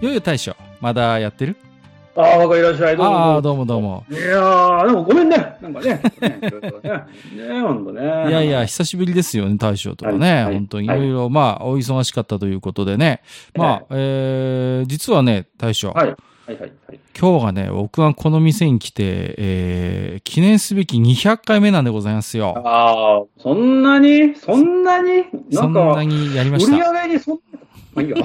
よいよ大将、まだやってるああ、わかりらっしゃい。どうもああ、どうもどうも。いやー、でもごめんね。なんか ね。ねいろいろねねほんとね。いいやいや、、久しぶりですよね、大将とかね。はいはい本当にいはいろいろ、まあ、お忙しかったということでね。まあ、えー、実はね、大将、はい。はいはいはい。今日がね、僕がこの店に来て、えー、記念すべき200回目なんでございますよ。ああ、そんなにそんなになそんんなか、にやりま売しりた。上げにそんな、まあ いいや。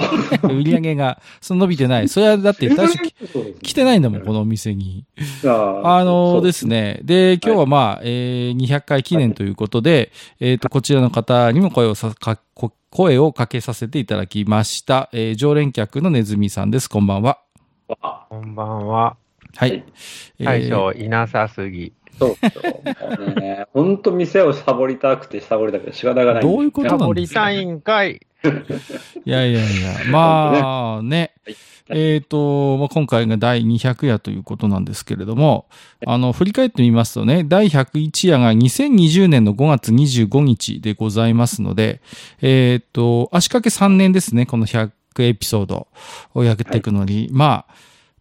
売り上げが、その伸びてない。それはだって、大将きそうですね来てないんだもん、このお店に。あ。あのですすね。で、今日はまあ、えー200回記念ということで、えっ、と、こちらの方にも声をさ、か、こ声をかけさせていただきました。えー常連客のネズミさんです。こんばんは。あこんばんは。はい。はいえー大将、いなさすぎ。そうそう。もうねほんと店をサボりたくてサボりたくて仕方がないんですよ。どういうことなはんナポリタインかい。いやいやいや。まあね。えっ、と、まあ、今回が第200夜ということなんですけれども、あの、振り返ってみますとね、第101夜が2020年の5月25日でございますので、えっ、と、足掛け3年ですね、この100エピソードをやっていくのに、まあ、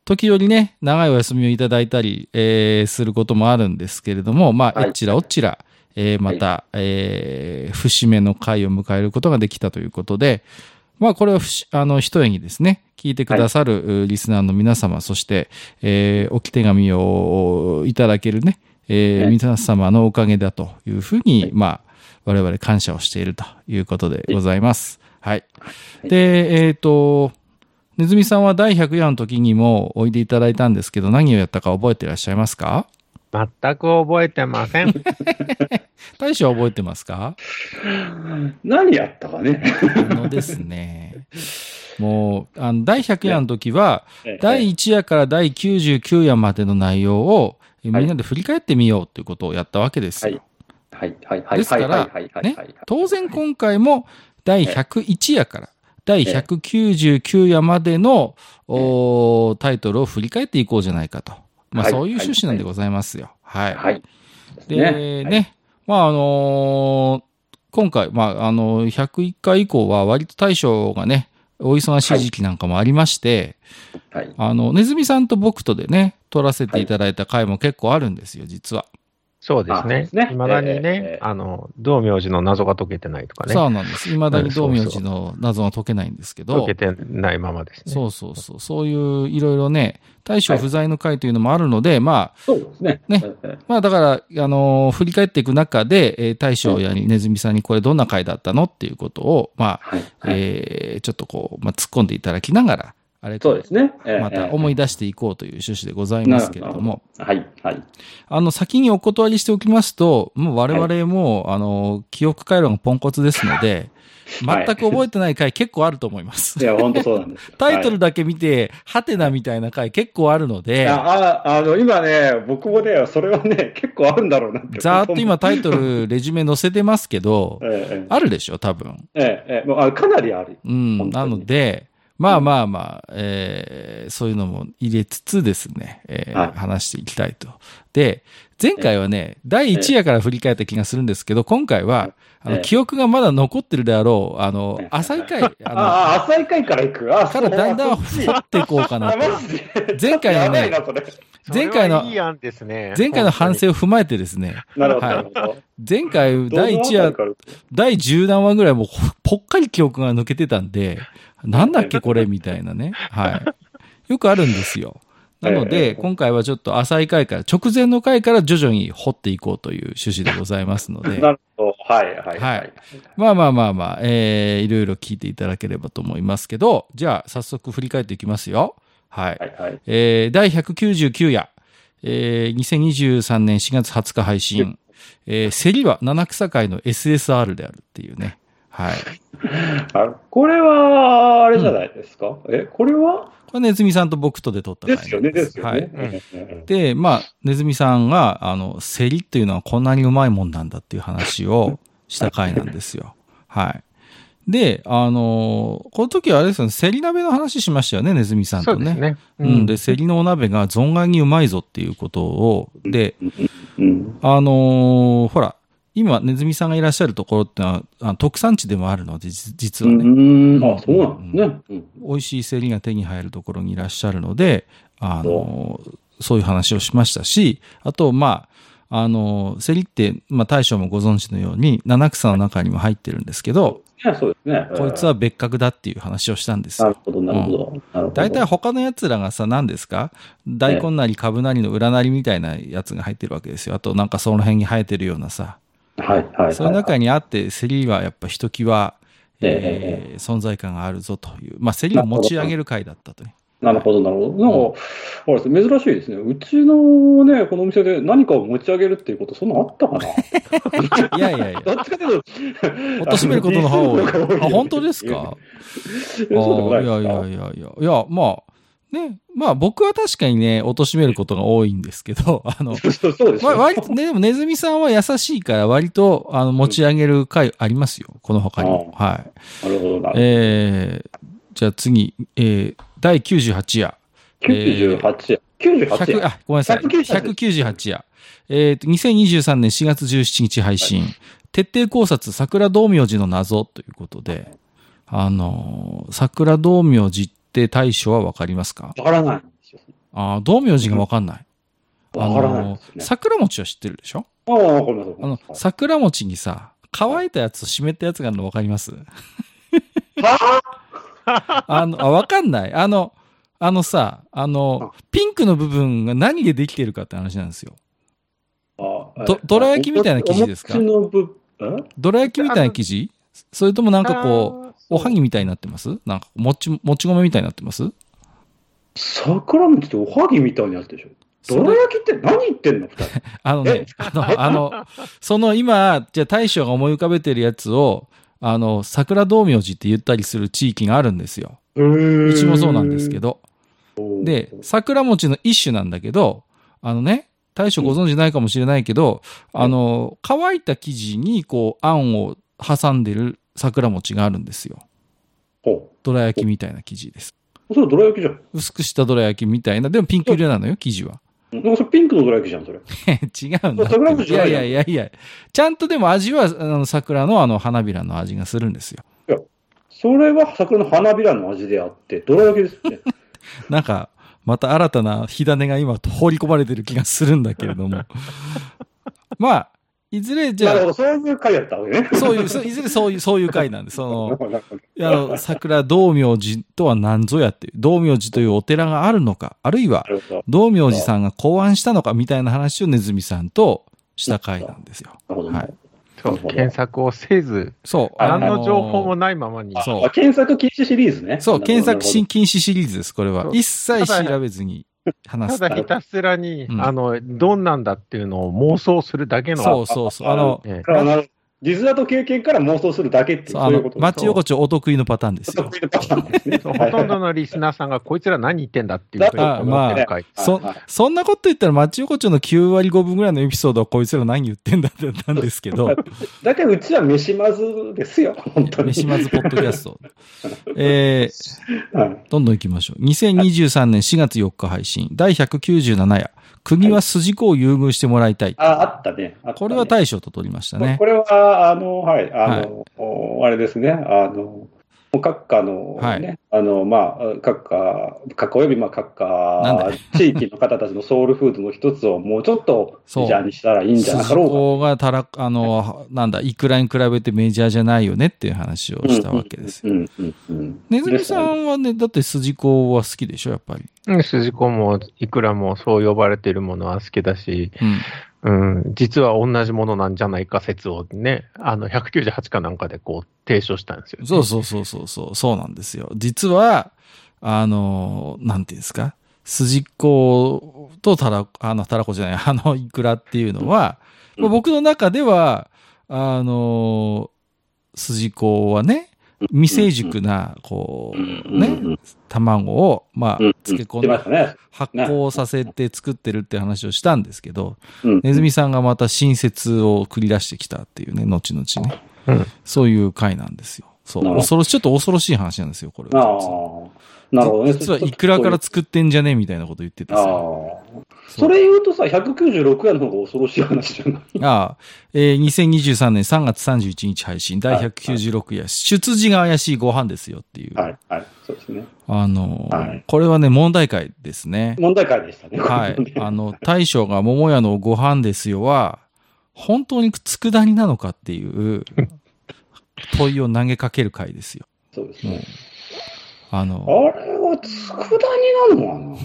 時折ね、長いお休みをいただいたり、えーすることもあるんですけれども、まあ、はいえっちらおっちら、えーまた、えー節目の回を迎えることができたということで、まあ、これはふし、あの、一重にですね、聞いてくださる、うリスナーの皆様、そして、えー置き手紙をいただけるね、えーはい皆様のおかげだというふうに、はいまあ、我々感謝をしているということでございます。はい。いで、えっ、と、ねずみさんは第100夜の時にもおいでいただいたんですけど、何をやったか覚えていらっしゃいますか全く覚えてま せん。大将は覚えてますか何やったかね。あのです ね、もう、あの、第100夜の時は、 第1夜から第99夜までの内容を、えはいみんなで振り返ってみようということをやったわけですよ。はいはいはいですかはらいはいはいはいねはい。当然今回も第101夜から第199夜までの、おータイトルを振り返っていこうじゃないかと。まあはいそういう趣旨なんでございますよ。はい。はい。で、ね、まああのー今回、まああのー101回以降は割と大将がね、お忙しい時期なんかもありまして、はい。はい。あの、ネズミさんと僕とでね、撮らせていただいた回も結構あるんですよ、実は。そうですあそうねですね。いまだにええええね、あの、道明寺の謎が解けてないとかね。そうなんです。未だに道明寺の謎は解けないんですけど。解けてないままですね。そうそうそう。そういう、いろいろね、大将不在の会というのもあるので、まあ、そうですね。ねえまあだから、あのー振り返っていく中で、えー大将やネズミさんにこれどんな会だったのっていうことを、まあ、はい。えーちょっとこう、まあ、突っ込んでいただきながら、あれそうですね。ええまた思い出していこうという趣旨でございますけれどなるも、はい、はい。あの、先にお断りしておきますと、もう我々も、あのー、記憶回路がポンコツですので、はい全く覚えてない回結構あると思いますい。や、本当そうなんですよ。タイトルはだけ見て、ハテナみたいな回結構あるのい、で、ああ、あの、今ね、僕もね、それはね、結構あるんだろうなって。ざーっと今タイトル、レジュメ載せてますけどえ、え、あるでしょ、多分。ええ、ええ、もうあかなりある。うん。本な当にので、まあまあまあ、えーそういうのも入れつつですね、えーはい話していきたいと。で、前回はね、第1夜から振り返った気がするんですけど、今回は、あえの、え記憶がまだ残ってるであろう、あのええ、浅い回、あああ、浅い回から行く。ああ、の、からだんだん掘っていこうかなあ、と。マジで。 前回のねやばいな、それ。それ前回のはいい案ですね。前回の反省を踏まえてですね、なるほど、はいなるほど。前回、第1どのあ夜たりから第10何話ぐらいもうほぽっかり記憶が抜けてたんで、なんだっけこれみたいなね。 はい。よくあるんですよ。なのえで、え今回はちょっと浅い回から、直前の回から徐々に掘っていこうという趣旨でございますので、 なるほど。はい、はい、ははいい。まあまあまあまあ、えー、いろいろ聞いていただければと思いますけど、じゃあ早速振り返っていきますよ。はい。はい、はい。えー、第199夜、えー、2023年4月20日配信、えー、競りは七草会の SSR であるっていうね。はい。あこれは、あれじゃないですか、え、これはこれネズミさんと僕とで撮ったですよね、ですよはねい。。うんで、まあ、ネズミさんが、あの、セリっていうのはこんなにうまいもんなんだっていう話 をした回なんですよ。はい。で、あのこの時はあれですよね、セリ鍋の話しましたよね、ネズミさんそとうでね。すね。うん、で、セリのお鍋が存外にうまいぞっていうことを、で、うんあのーほら、今、ネズミさんがいらっしゃるところってのは、あの特産地でもあるので、じ実うはね、ん。あ、そうなんですね。うん美味しいセリが手に入るところにいらっしゃるので、あの、そういう話をしましたし、あと、まあ、あの、セリって、まあ、大将もご存知のように、七草の中にも入ってるんですけど、いや、そうですね。こいつは別格だっていう話をしたんですなるよ。ほど、なるほど。なるほど大体他の奴らがさ、何ですか大根なり株なりの裏なりみたいなやつが入ってるわけですよ。あとなんかその辺に生えてるようなさ。はい、はいはい。その中にあって、セリはやっぱひときわ、ええー存在感があるぞという。まあ、セリを持ち上げる回だった とね。なるほど、なるほど。なんか、あれですね珍しいですね。うちのね、このお店で何かを持ち上げるっていうこと、そんなあっ たかないやいやいや。どっちかというと、貶としめることの方が 多い。あのあ、本当ですかそうあでもなーいいですやかいやいやいや。いや、まあ、ね、まあ僕は確かにね、貶としめることが多いんですけど、 あの、そうそうですまよあ、割とね、でもネズミさんは優しいから割と、あの、持ち上げる回ありますよ。この他にも。はい。なるほどな。えー、じゃあ次、えー、第98夜。 98円。98 100円。あ、ごめんなさい。 198 198夜。えっ、と、2023年4月17日配信。徹底考察、桜道明寺の謎ということで、あのー桜道明寺って大将はわかりますかわからないんですよ。あー道明寺がわかんない。あわからないのでーすね。桜餅は知ってるでしょああ、わかりますわかありまのす。、桜餅にさ、乾いたやつと湿ったやつがあるのわかります あの、あ、わかんない。あの、あのさ、あの、ピンクの部分が何でできてるかって話なんですよ。あどどら焼きみたいな生地ですかお餅の部分んどら焼きみたいな生地それともなんかこう、う、おはぎみたいになってますなんか、もち、もち米みたいになってます桜餅っておはぎみたいなやつでしょ。どら焼きって何言ってんの二人あのねえ、あの、あの、その今、じゃあ大将が思い浮かべてるやつを、あの、桜道明寺って言ったりする地域があるんですよ。ううちもそうなんですけど。ど。で、桜餅の一種なんだけど、あのね、大将ご存知ないかもしれないけど、あの、乾いた生地にこう、あんを挟んでる桜餅があるんですよ。ほどら焼きみたいな生地です。うそれどら焼きじゃん。薄くしたどら焼きみたいな、でもピンク色なのよ、生地は。 なんかそれピンクのどら焼きじゃん、それ。違うんだって。桜餅いじゃやないいやいやいや。ちゃんとでも味は、あの、桜のあの、花びらの味がするんですよ。それは桜の花びらの味であって、どら焼きですね。なんか、また新たな火種が今放り込まれてる気がするんだけれども。 まあ、いずれ じなるほゃど、そういう回やったわけねあ、。そういう、そういずれそういう、そういう回なんで、そ なるの、ほどなるほどいやあの、桜道明寺とは何ぞやっていう、道明寺というお寺があるのか、あるいはな、るほど。道明寺さんが考案したのかみたいな話をネズミさんとした回なんですよ。なるほどはねい。そう検索をせず、そう。あ何の情も報もないままに。そうあ検索禁止シリーズね。そう、なる検ほど索し禁止シリーズです、これはそ。う一切調べずに話たす。だひたすらに、うんあの、どんなんだっていうのを妄想するだけの。そうそうそう。あの、ええなるほどなるほどディズナート経験から妄想するだけっていう、そうそあういうのこと、町横丁お得意のパターンですちょっよと。見てたんですね。そうほとんどのリスナーさんが、こいつら何言ってんだっていうことを思ってる回。そはいはいそんなこと言ったら町横丁の9割5分ぐらいのエピソードはこいつら何言ってんだってなんですけど、だけどうちは飯まずですよ、本当に。飯まずポッドキャスト。えー、はいどんどん行きましょう。2023年4月4日配信、第197夜、国は筋子を優遇してもらいたい。あ、あったね。あったねこれは大将と取りましたねこ。れは、あの、はい、あの、おあれですね、あの、各家の、ねはいあの、まあ、各家、各家およびまあ各なんだ家、地域の方たちのソウルフードの一つをもうちょっとそうメジャーにしたらいいんじゃなか筋ろうか。子がたら、あの、なんだ、いくらに比べてメジャーじゃないよねっていう話をしたわけですよ。うんうんうん。ネズミさんはね、だって筋子は好きでしょ、やっぱり。うん、筋子もいくらもそう呼ばれてるものは好きだし、うん。うん、実は同じものなんじゃないか説をね、あの、198かなんかでこう提唱したんですよ、ね。そうそうそうそうそう、そうなんですよ。実は、あの、なんていうんですか、筋っことたら、あの、たらこじゃない、あの、イクラっていうのは、まあ僕の中では、あの、筋子はね、未成熟な、こう、ね、卵を、まあ、漬け込ん出まだしたね。発酵させて作ってるって話をしたんですけど、うんネズミさんがまた新説を繰り出してきたっていうね、後々ね。うんそういう回なんですよ。そうなるほど恐ろし。ちょっと恐ろしい話なんですよ、これああは。実は、なるほどね。実はいくらから作ってんじゃねみたいなこと言っててああさ。それ言うとさ、196円の方が恐ろしい話じゃないああ、えー2023年3月31日配信、第196夜、出自が怪しいご飯ですよっていう。はい、はい、そうですね。あのー、はいこれはね、問題回ですね。問題解で したね。はい。あの、大将が桃屋のご飯ですよは、本当に佃煮なのかっていう問いを投げかける回ですよ。そうですもうね。ああれの、は佃煮なのか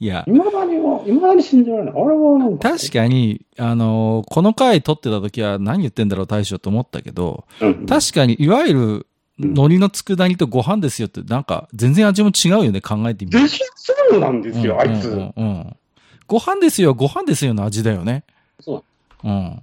いや、な未だには、未だに信じられない。あれはなんか。確かに、あの、この回撮ってた時は何言ってんだろう大将と思ったけど、うん確かに、いわゆる、うん海苔の佃煮とご飯ですよって、なんか、全然味も違うよね、考えてみるでしょそうなんですよ、あいうんうつ。んうんうんご飯ですよ、ご飯ですよの味だよね。。そうん。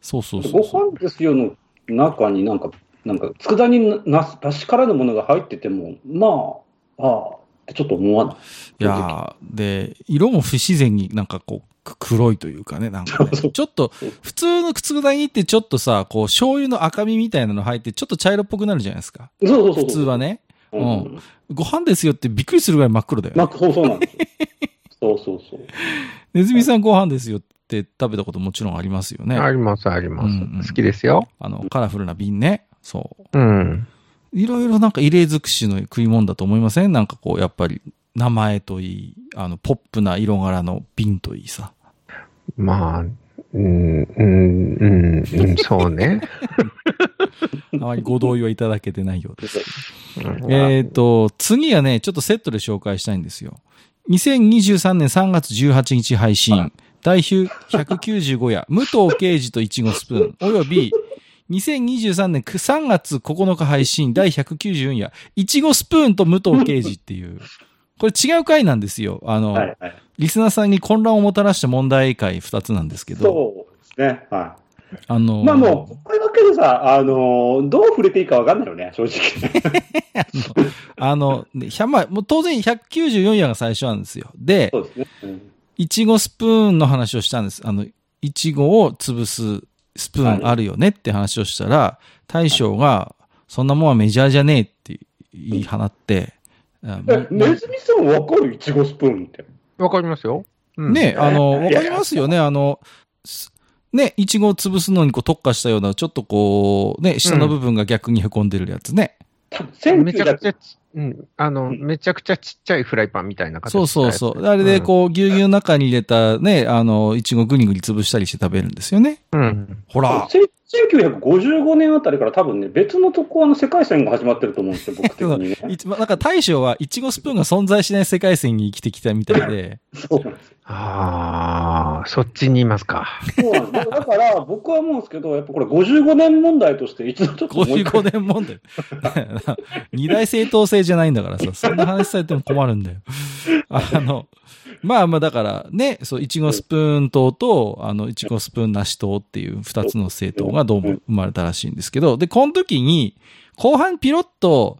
そうそうそうごそう。飯ですよの中になんか、なんか、佃煮になす、だしからのものが入ってても、まあ、ああ、ってちょっと思わない。いやーで、色も不自然になんかこう、く黒いというかね、なんかね、そうそうちょっと、普通の佃煮ってちょっとさ、こう、醤油の赤身みたいなの入って、ちょっと茶色っぽくなるじゃないですか。そうそうそう。普通はね。ね。ううんん。ご飯ですよってびっくりするぐらい真っ黒だよね、まあ、そうそうな んですよ。そうそうそう。ネズミさんご飯ですよって食べたこともちろんありますよね。あります、あります。うんうん好きですよ。あの、カラフルな瓶ね。そう。うん。いろいろなんか異例尽くしの食い物だと思いませんなんかこう、やっぱり、名前といい、あの、ポップな色柄の瓶といいさ。まあ、うん、うん、うん、うんそうね。あまりご同意はいただけてないようです。うんえっ、と、次はね、ちょっとセットで紹介したいんですよ。2023年3月18日配信、第195夜、武藤敬司といちごスプーン、および、2023年3月9日配信、第194夜、いちごスプーンと武藤敬司っていう、これ違う回なんですよ。あの、はいはい。リスナーさんに混乱をもたらした問題回2つなんですけど、そうですね。はい。あの、まあもう、これだけでさ、あのーどう触れていいかわかんないよね、正直。 あの、ね100まあもう当然194夜が最初なんですよ。で、そうですね。うんいちごスプーンの話をしたんです。あの、いちごを潰すスプーンあるよねって話をしたら、大将が、そんなもんはメジャーじゃねえって言い放って、あもえ、うネズミさんわかるいちごスプーンって。 わかりますよ。うんねあの、いわやかりますよね、あの、すね、いちごを潰すのにこう特化したような、ちょっとこう、ね、下の部分が逆に凹んでるやつね。ためちゃ1900くちゃち、うん、あの、めちゃくちゃちっちゃいフライパンみたいな形そうそうそう。あれでこう、ぎゅうぎゅうの中に入れたね、あの、いちごぐにぐに潰したりして食べるんですよね。う。うん。ほら。せ1955年あたりから多分ね、別のとこ、あの、世界線が始まってると思うんですよ、僕的 にね。いつまなんか大将はいちごスプーンが存在しない世界線に生きてきたみたいで、そうなんですよああ、そっちにいますか。そうなんですよだから、僕は思うんですけど、やっぱこれ55年問題として、一度ちょっともう一回55年問題。 二大正当性じゃないんだからさ、そんな話されても困るんだよ。あの、まあまあだからね、そう、いちごスプーン糖と、あの、いちごスプーンなし糖っていう二つの政党がどうも生まれたらしいんですけど、で、この時に、後半ピロッと、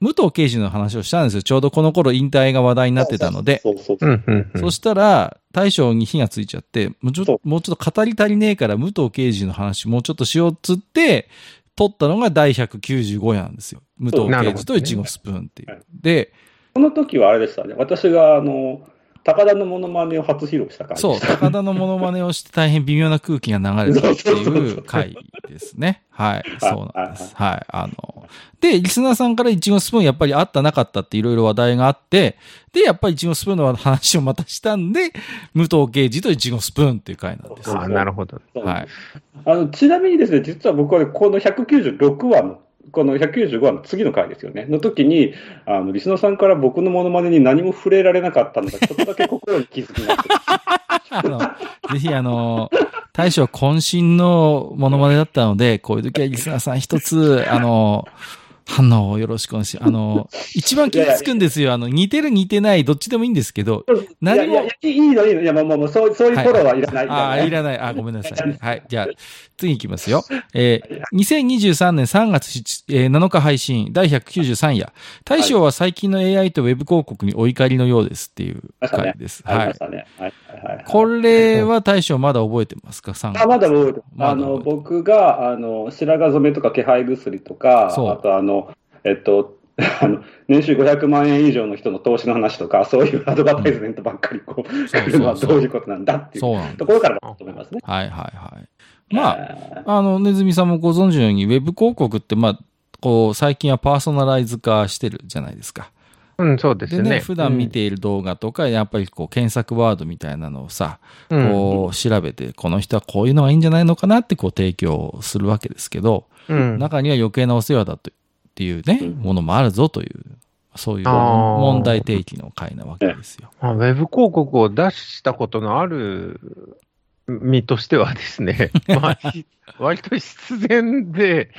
武藤刑事の話をしたんですよ。ちょうどこの頃引退が話題になってたので。そうそうそうう。ん、うん、うんそ。したら、大将に火がついちゃって、もうちょっそと、もうちょっと語り足りねえから、武藤刑事の話、もうちょっとしようっつって、取ったのが第195夜なんですよ。武藤な刑るほ事とどねイチゴスプーンってい。はいうで、この時はあれでしたね。私が、あの、高田のモノマネを初披露した感じそう、高田のモノマネをして大変微妙な空気が流れたっていそうそうそうそうう回ですね。はい、そうなんです。はい、あの、で、リスナーさんからイチゴスプーンやっぱりあったなかったっていろいろ話題があって、で、やっぱりイチゴスプーンの話をまたしたんで、武藤刑事とイチゴスプーンっていう回なんです。ああ、なるほど。そうはい。あのちなみにですね、実は僕はねこの196話の、この195話の次の回ですよね、の時に、あのリスナーさんから僕のモノマネに何も触れられなかった のが、ちょっとだけ心に気づきました。あの、ぜひあの、大将渾身のモノマネだったので、こういう時はリスナーさん一つ、あの、反応をよろしくお願いします。あの、一番傷つくんですよ。あの、似てる似てない、どっちでもいいんですけど、 何いやいもや、いいの、いいの。いや、もう、もうもう、そうそういうフォローはいらない。ああ、いらない。あ、ごめんなさいね。はい。じゃあ、次行きますよ。えー2023年3月7、えー7日配信、第193夜。大将は最近の AI とウェブ広告にお怒りのようですっていう回です。あはりまいし。たね。はい。はいはいはいこれは大将まだ覚えてますか ?3 月。あまだ覚えてますまだあの、覚えて僕が、あの、白髪染めとか気配薬とか、そうあとあの、えっと、 あの、年収500万円以上の人の投資の話とか、そういうアドバタイズメントばっかりこう、そうそう 来るのはどういうことなんだっていうそうなんでとす。ころからだと思いますね。はいはいはい。まあ、あ、あの、ネズミさんもご存知のように、ウェブ広告って、まあ、こう、最近はパーソナライズ化してるじゃないですか。うん、そうですでね。ね、普段見ている動画とか、やっぱりこう、検索ワードみたいなのをさ、うん、こう、調べて、この人はこういうのがいいんじゃないのかなって、こう、提供するわけですけど、うん、中には余計なお世話だとっていうね、うんものもあるぞという、そういうあー問題提起の回なわけですよ。まあウェブ広告を出したことのある身としてはで すね、まあ、ひ割と必然で、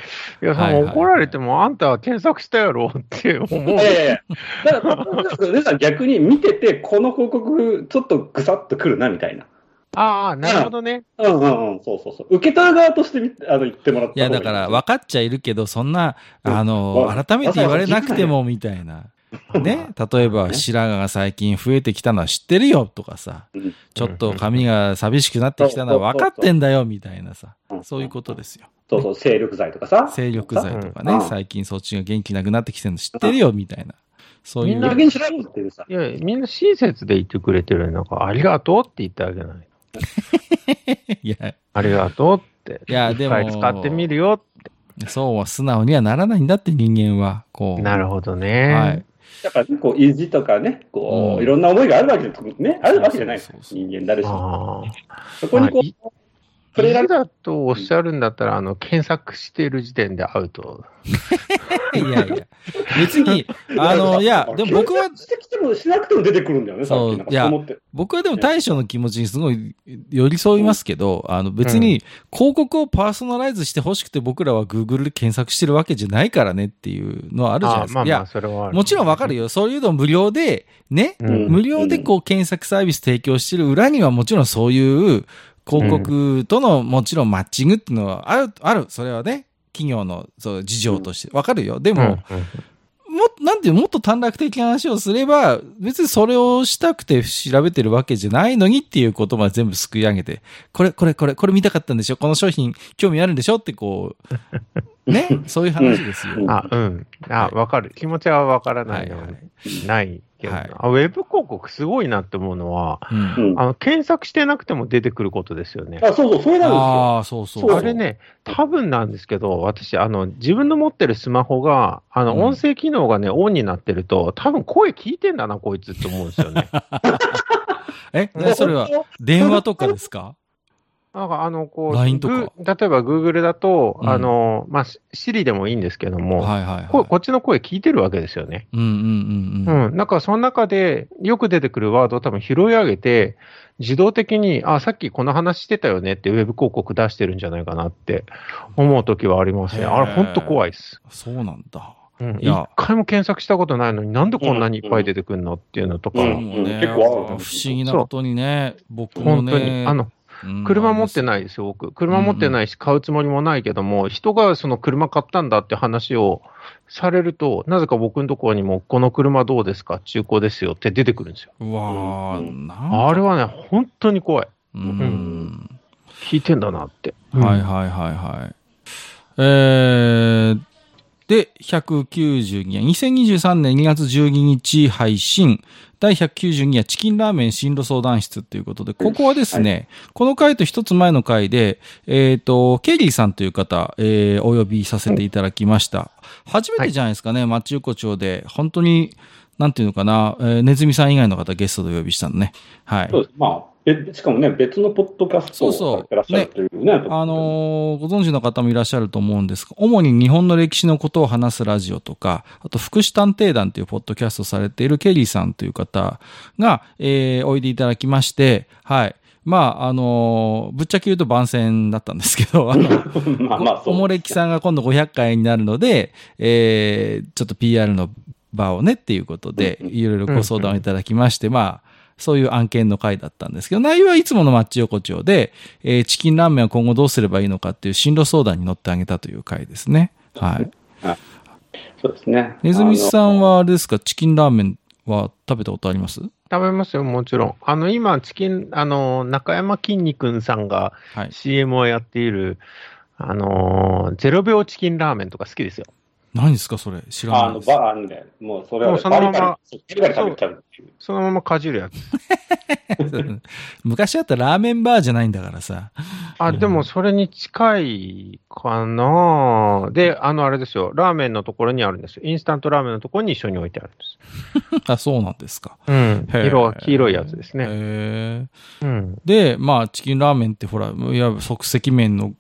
いや、そはいはいのはい怒られても、あんたは検索したやろって思う。い やいやいや。だから、皆さん逆に見てて、この広告、ちょっとぐさっとくるな、みたいな。ああ、なるほどね。うんうんうん、そうそうそう。受け取る側としてみあの言ってもらったいや、だから分かっちゃいるけど、そんな、あのう、ん改めて言われなくてもみたいな。ね、例えば白髪が最近増えてきたのは知ってるよとかさうん、ちょっと髪が寂しくなってきたのは分かってんだよみたいなさ、らそういうことですよ。そうそう、精力剤とかさ。精力剤とかねう、ん最近そっちが元気なくなってきてるの知ってるよみたいな。そういみんうな逆に調べてるさ。いや、みんな親切で言ってくれてる。なんか、ありがとうって言ってあげない。 いや、ありがとうって。いやでも一回使ってみるよ。そうは素直にはならないんだって人間は。こう。なるほどね。はい。やっぱ、こう、意地とかね、こうんう、いろんな思いがあるわけですね。あるわけじゃないですそうそうそう人間誰しも。ああ。そこにこ、まあいう触れられだとおっしゃるんだったら、あの、検索している時点でアウト。いやいや。別に、あの、いや、でも僕は、してきてもしなくても出てくるんだよね、さっそうきなんかいやそう思って。僕はでも大将の気持ちにすごい寄り添いますけど、あの別に広告をパーソナライズしてほしくて僕らは Google で検索してるわけじゃないからねっていうのはあるじゃないあですまか。いあまあ、や、それはある。もちろんわかるよ。そういうの無料で、ね、うん無料でこう検索サービス提供してる裏にはもちろんそういう広告とのもちろんマッチングっていうのはある、ある。それはね、企業のそう事情としてわかるよ。でうんも、も、なんていうのもっと短絡的な話をすれば、別にそれをしたくて調べてるわけじゃないのにっていうことまで全部すくい上げて、これ、これ、これ、これ見たかったんでしょこの商品興味あるんでしょってこう、ね、そういう話ですよ。あ、うん。あ、わかる。気持ちはわからはないいよはい。ないけど、はいあウェブ広告すごいなって思うのは、うんうんあの、検索してなくても出てくることですよね。あ、そうそう、それなんああ、そうそうそう。あれね、多分なんですけど、私、あの、自分の持ってるスマホが、あうんの、音声機能がね、オンになってると、多分声聞いてんだな、こいつって思うんですよね。え、ですよ。それは本電話とかですかなんかあの、こう、 LINE とかぐ例えば Google だと、うんあの、まあ、シ Siri でもいいんですけども、はいはいこはこっちの声聞いてるわけですよね。い。うんうんうんうん。うん。なんかその中でよく出てくるワードを多分拾い上げて、自動的に、あ、さっきこの話してたよねってウェブ広告出してるんじゃないかなって思う時はありますね。へーあれ、ほんと怖いです。そうなんだ。うん。いや一回も検索したことないのになんでこんなにいっぱい出てくるのっていうのとか、うんもうね、結構あ不思る議なことにね、僕も本当に、ね、あの、うん車持ってないですよ、僕。車持ってないし、買うつもりもないけども、人がその車買ったんだって話をされると、なぜか僕のところにも、この車どうですか、中古ですよって出てくるんですよ。うわうー、なんかあれはね、本当に怖い。うん。聞いてんだなって。はいはいはいはい。えー、で、192夜、2023年2月12日配信、第192夜チキンラーメン進路相談室ということで、ここはですね、この回と一つ前の回で、えっ、と、ケリーさんという方、えー、お呼びさせていただきました。初めてじゃないですかね、町横丁で、本当に、なんていうのかな、えーネズミさん以外の方ゲストでお呼びしたのね。はい当。そうです。まあ、えしかもね、別のポッドキャストそうをそうやってらっしゃるというね。あのーご存知の方もいらっしゃると思うんですが、主に日本の歴史のことを話すラジオとか、あと福祉探偵団というポッドキャストをされているケリーさんという方が、えーおいでいただきまして、はい。まあ、あのーぶっちゃけ言うと番宣だったんですけど、あの、 まあまあ、そう。おもれきさんが今度500回になるので、えーちょっと PR の場をねっていうことで、うんうんいろいろご相談をいただきまして、まあ、そういう案件の回だったんですけど、内容はいつものマッチ横丁で、えーチキンラーメンは今後どうすればいいのかっていう進路相談に乗ってあげたという回ですね。はい。そうですね。ネズミさんあはあれですか、チキンラーメンは食べたことあります食べますよ、もちろん。あの、今、チキン、あの、中山きんに君さんがはい CM をやっている、あの、ゼロ秒チキンラーメンとか好きですよ。何ですかそれ知らの、あないの、です。バーンで、もうそれはもうそのままバリバリ、バリバリ食べちゃうっていう。そのままかじるやつ。 昔あったラーメンバーじゃないんだからさ。 あ、でもそれに近いかなで、あの、あれですよ、ラーメンのところにあるんですよ。インスタントラーメンのところに一緒に置いてあるんです。あ、そうなんですか。うん。へー色は黄色いやつですね。へーうん。で、まあ、チキンラーメンってほら、いわゆる即席麺の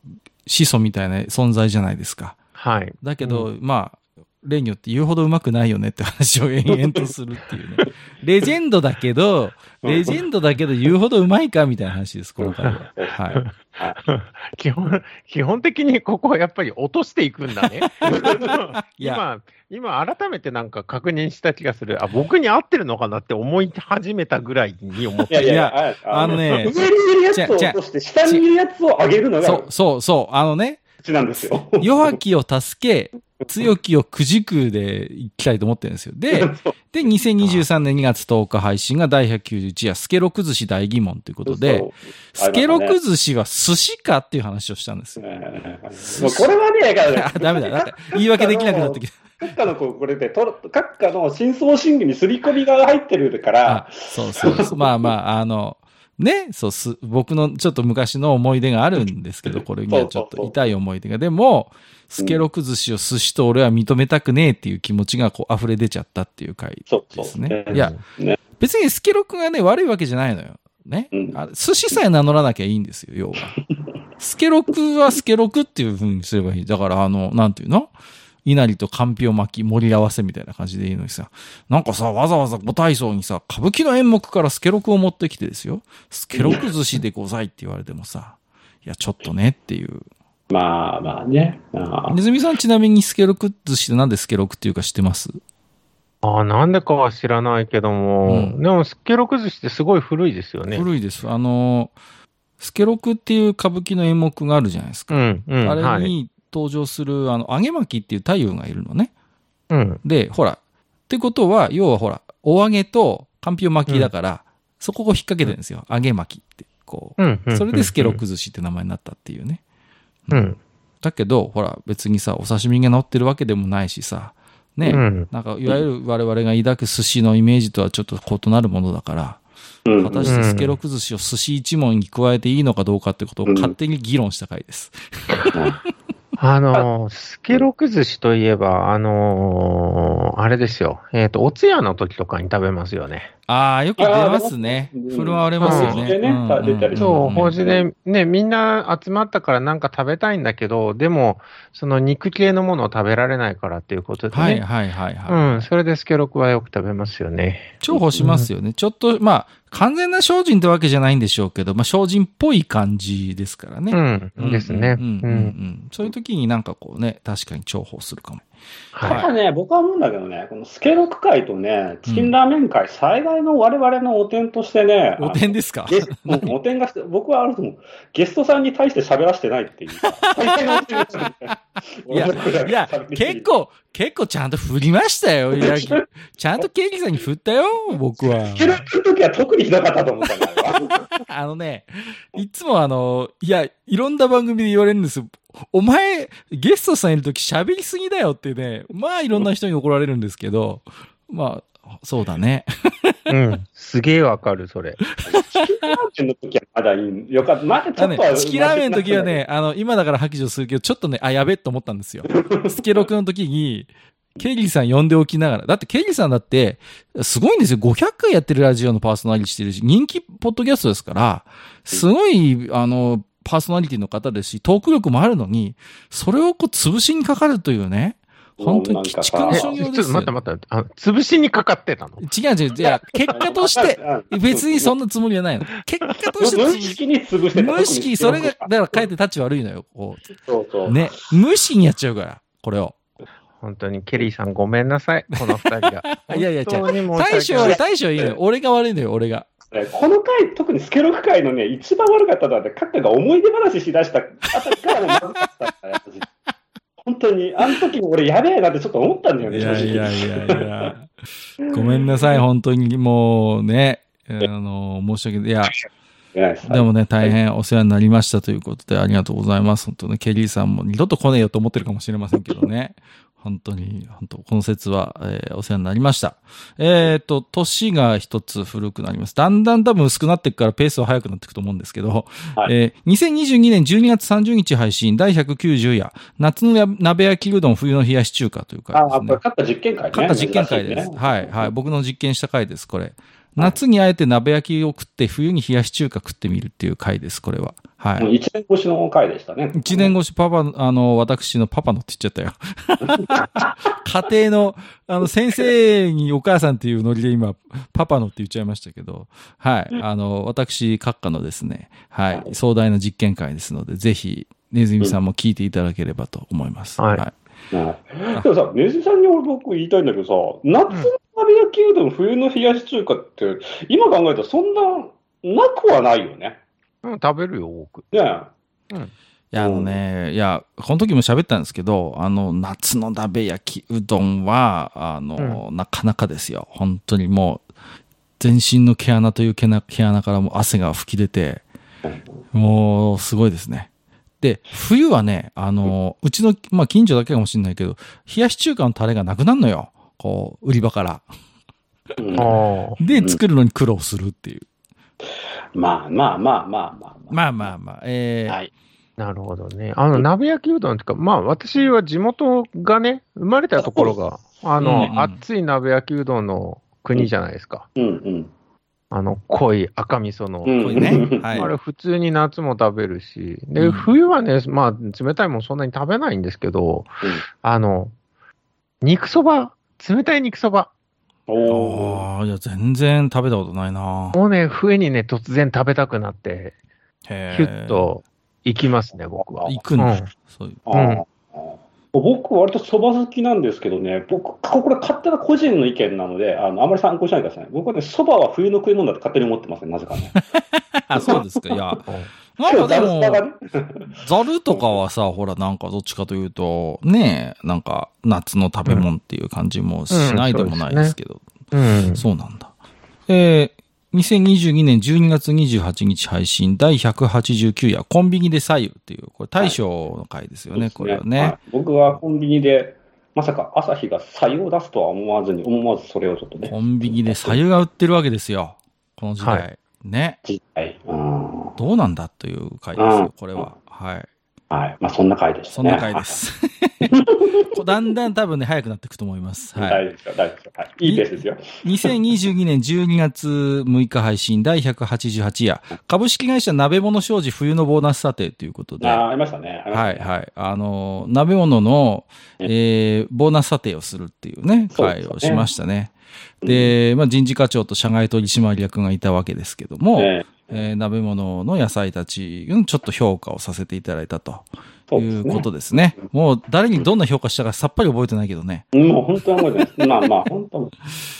始祖みたいな存在じゃないですか。はい。だけど、まあ、例によって言うほどうまくないよねって話を延々とするって いうね。レジェンドだけど、レジェンドだけど言うほどうまいかみたいな話です、この回 は。はい。基本、基本的にここはやっぱり落としていくんだね。 いや、今、今改めてなんか確認した気がする。あ、僕に合ってるのかなって思い始めたぐらいに思っいて。やいや、いやああのね上にいるやつを落として、下にいるやつを上げるのがそうう、そう、そう、あのね、ちなんですよ。弱きを助け、強きをくじくでいきたいと思ってるんですよ。 で、で、2023年2月10日配信が第191夜、スケロク寿司大疑問ということで、スケロク寿司は寿司かっていう話をしたんです そう、よ。もうこれはね、だあか、らダメだ。なんか言い訳できなくなってきた。閣下のこうこれで、と閣下の真相心理に刷り込みが入ってるからあ、そうそうそう。まあまあ、あの、ね、そうす、僕のちょっと昔の思い出があるんですけど、これにはちょっと痛い思い出が。でも、スケロク寿司を寿司と俺は認めたくねえっていう気持ちがこう溢れ出ちゃったっていう回そうそでう。すね。うんいや、ね別にスケロクがね、悪いわけじゃないのよ。ね。うんあ寿司さえ名乗らなきゃいいんですよ、 要は。スケロクはスケロクっていう風にすればいい。だから、あの、なんていうの稲荷とかんぴょう巻き盛り合わせみたいな感じでいいのにさ。なんかさ、わざわざご体操にさ、歌舞伎の演目からスケロクを持ってきてですよ。スケロク寿司でございって言われてもさ。いや、ちょっとねっていう。まあまあね。あネズミさんちなみにスケロク寿司ってなんでスケロクっていうか知ってますあーなんでかは知らないけども、うんでも、すっけろく寿司ってすごい古いですよね。古いです。あの、スケロクっていう歌舞伎の演目があるじゃないですかう。ん、うん、あはれい。に登場する、あの、揚げ巻きっていう太夫がいるのね。うん、で、ほら、ってことは、要はほら、お揚げとかんぴょう巻きだから、そこを引っ掛けてるんですよ。揚げ巻きって。こうん。うう。んそれでスケロク。寿司って名前になったっていうね。うん。だけど、ほら、別にさ、お刺身が乗ってるわけでもないしさ、ね、うんなんか、いわゆる我々が抱く寿司のイメージとはちょっと異なるものだから、うん果たしてスケロク寿司を寿司一問に加えていいのかどうかってことを勝手に議論した回です。あのー、スケロク寿司といえば、あのーあれですよ。えっ、と、お通夜の時とかに食べますよね。ああ、よく出ますね。あー出ます振るわれますよね。ううんん法事でね出たりしますそう、法事うでね、みんな集まったからなんか食べたいんだけど、でも、その肉系のものを食べられないからっていうことでね。はいはいはいはい。うん、それでスケロクはよく食べますよね。重宝しますよね。ちょっと、まあ、完全な精進ってわけじゃないんでしょうけど、まあ、精進っぽい感じですからね。うん、うんですね。うううんんうんん。そういう時になんかこうね、確かに重宝するかも。たはい。だね、僕は思うんだけどね、このスケロク会とね、チキンラーメン会、最大の我々のお点としてね、お点ですかあの ゲスもうお点がして、僕はあると思う、ゲストさんに対して喋らせてないっ ていう。最大のお点ですねいや、いや、結。構、結構ちゃんと振りましたよ、いやちゃんとケーキさんに振ったよ、僕はス。ケロクの時は特にひどかったと思ったんだよ。 あのね、いつもあの、いや、いろんな番組で言われるんですよ。お前、ゲストさんいるとき喋りすぎだよってね、まあいろんな人に怒られるんですけど、まあ、そうだね。うん。すげえわかる、それ。チキンラーメンの時はまだいい。よかった。まだちあょのっとはね、チキンラーメンの時はね、あの、今だから白状するけど、ちょっとね、あ、やべえと思ったんですよ。スケロクの時に、ケイリーさん呼んでおきながら。だってケイリーさんだって、すごいんですよ。500回やってるラジオのパーソナリティしてるし、人気ポッドキャストですから、すごい、あの、パーソナリティの方ですし、トーク力もあるのに、それをこう、潰しにかかるというね、本当に鬼畜のえち商ょっ業とで待っすてよ。待って待ってあの、潰しにかかってたの。違う違う。いや、結果として、別にそんなつもりはないの。結果と無して無意識に潰してた。。無意識、それが、だからかえってて立ち悪いのよ。こそうそう。う。ね。無視にやっちゃうから、これを。。本当にケリーさんごめんなさい、この二人が いやいや違う本当に申し訳な大い将は、大将はいいのよ。俺が悪いのよ、俺が。この回、特にスケロク回のね、一番悪かったのはね、カッカが思い出話しだしたあたりからもまずかったんだよマジで本当に、あの時も俺やべえなってちょっと思ったんだよね、い正や直。いやいやいや。ごめんなさい、本当にもうね。あの、申し訳ない。いや、偉いですでもね、大変お世話になりましたということで、ありがとうございます。本当ね、ケリーさんも二度と来ねえよと思ってるかもしれませんけどね。 本当に、本当この説は、えーお世話になりました。えっ、と、年が一つ古くなります。だんだん多分薄くなっていくからペースは速くなっていくと思うんですけど、はいえー2022年12月30日配信、第190夜、夏のや鍋焼きうどん、冬の冷やし中華というあ回であ、すこねれ。勝った実験会ね。勝った実験会です。珍しはい、はい。僕の実験した回です、これ。夏にあえて鍋焼きを食って、冬に冷やし中華食ってみるっていう回です、これは。はもうい。 1年越しの回でしたね。一年越しパパ、あの、私のパパのって言っちゃったよ。家庭の、あの、先生にお母さんっていうノリで今、パパのって言っちゃいましたけど、はい。あの、私、閣下のですね、はい。壮大な実験会ですので、ぜひ、ネズミさんも聞いていただければと思います。うんはいはい。はいでもさ、ネズミさんに俺僕言いたいんだけどさ、夏の鍋焼きうどん、冬の冷やし中華って、今考えたらそんな、なくはないよね。うん食べるよ、多く。ねいや、あのね、いや、この時も喋ったんですけど、あの、夏の鍋焼きうどんは、あの、なかなかですよ。本当にもう、全身の毛穴という毛な毛穴からもう汗が吹き出て、もう、すごいですね。で、冬はね、あの、うちの、まあ、近所だけかもしれないけど、冷やし中華のタレがなくなるのよ。こう、売り場から。うんあで、うん作るのに苦労するっていう。まあまあまあまあまあ。まあまあまあ、えー、はい。あ、なるほどね。あの、鍋焼きうどんっていうか、まあ、私は地元がね、生まれたところが、あの、うんうん熱い鍋焼きうどんの国じゃないですか。うんうん。あの、濃い赤味噌の。うんこういう ね。はい。あれ、普通に夏も食べるし、で、うん冬はね、まあ、冷たいもんそんなに食べないんですけど、うんあの、肉そば、冷たい肉そば。おーああ、いや、全然食べたことないなもうね、冬にね、突然食べたくなって、へーヒュッ。と行きますね、僕は。行くの、うんそういう。あー僕、割とそば好きなんですけどね、僕、これ、勝手な個人の意見なので、あのあんまり参考にしないでください。僕はね、そばは冬の食い物だって勝手に思ってますね、なぜかね。あ、そう ですか。いや、うんなんかでも今日、ザルそばがねザルとかはさ、ほら、なんかどっちかというと、ねえ、なんか夏の食べ物っていう感じもしないでもないですけど。うん。そうなんだ。えー、2022年12月28日配信、第189夜、コンビニで左右っていう、これ大将の回ですよね、これはね。はい僕はコンビニで、まさか朝日が採用出すとは思わずに、思わずそれをちょっとね。コンビニで左右が売ってるわけですよ。この時代。はね。実態。うん。はどうなんだという回ですうよん、これは。はい。い。まあ、そんな回でしたね。そんな回で。す。こう だんだん多分ね、早くなっていくと思います。はい、は大丈夫ですよ、大丈夫ですよ。はい。いいペースですよ。い。2022年12月6日配信第188夜、株式会社鍋物商事冬のボーナス査定ということで、あはあ、ありましたね。あいりましたねはい。あのー、鍋物の、えー、ボーナス査定をするっていうね、そうです会よねをしましたね。で、まあ、人事課長と社外取締役がいたわけですけども、えええー鍋物の野菜たち、うんちょっと評価をさせていただいたとそういですうねことですね。もう誰にどんな評価したかさっぱり覚えてないけど ね。うんもう本当に覚え てない。まあまあ、本当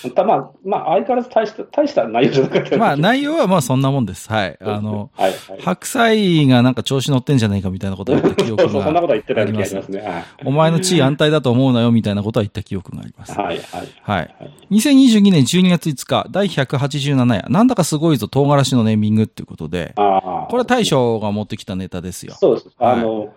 に。たまあ、まあ、相変わらず大した、大した内容じゃなかったまあい。内容はまあそんなもんです。はい。あの、はい、はい。白菜がなんか調子乗ってんじゃないかみたいなことを言った記 そう憶そう、そんがなこ。とは言ってたような気がしますね。はい。お前の地位安泰だと思うなよみたいなことは言った記憶があります。はい、はい。はい。2022年12月5日、第187夜、なんだかすごいぞ、唐辛子のネーミングっていうことで、ああ。これは大将が持ってきたネタですよ。そうです。はいあの、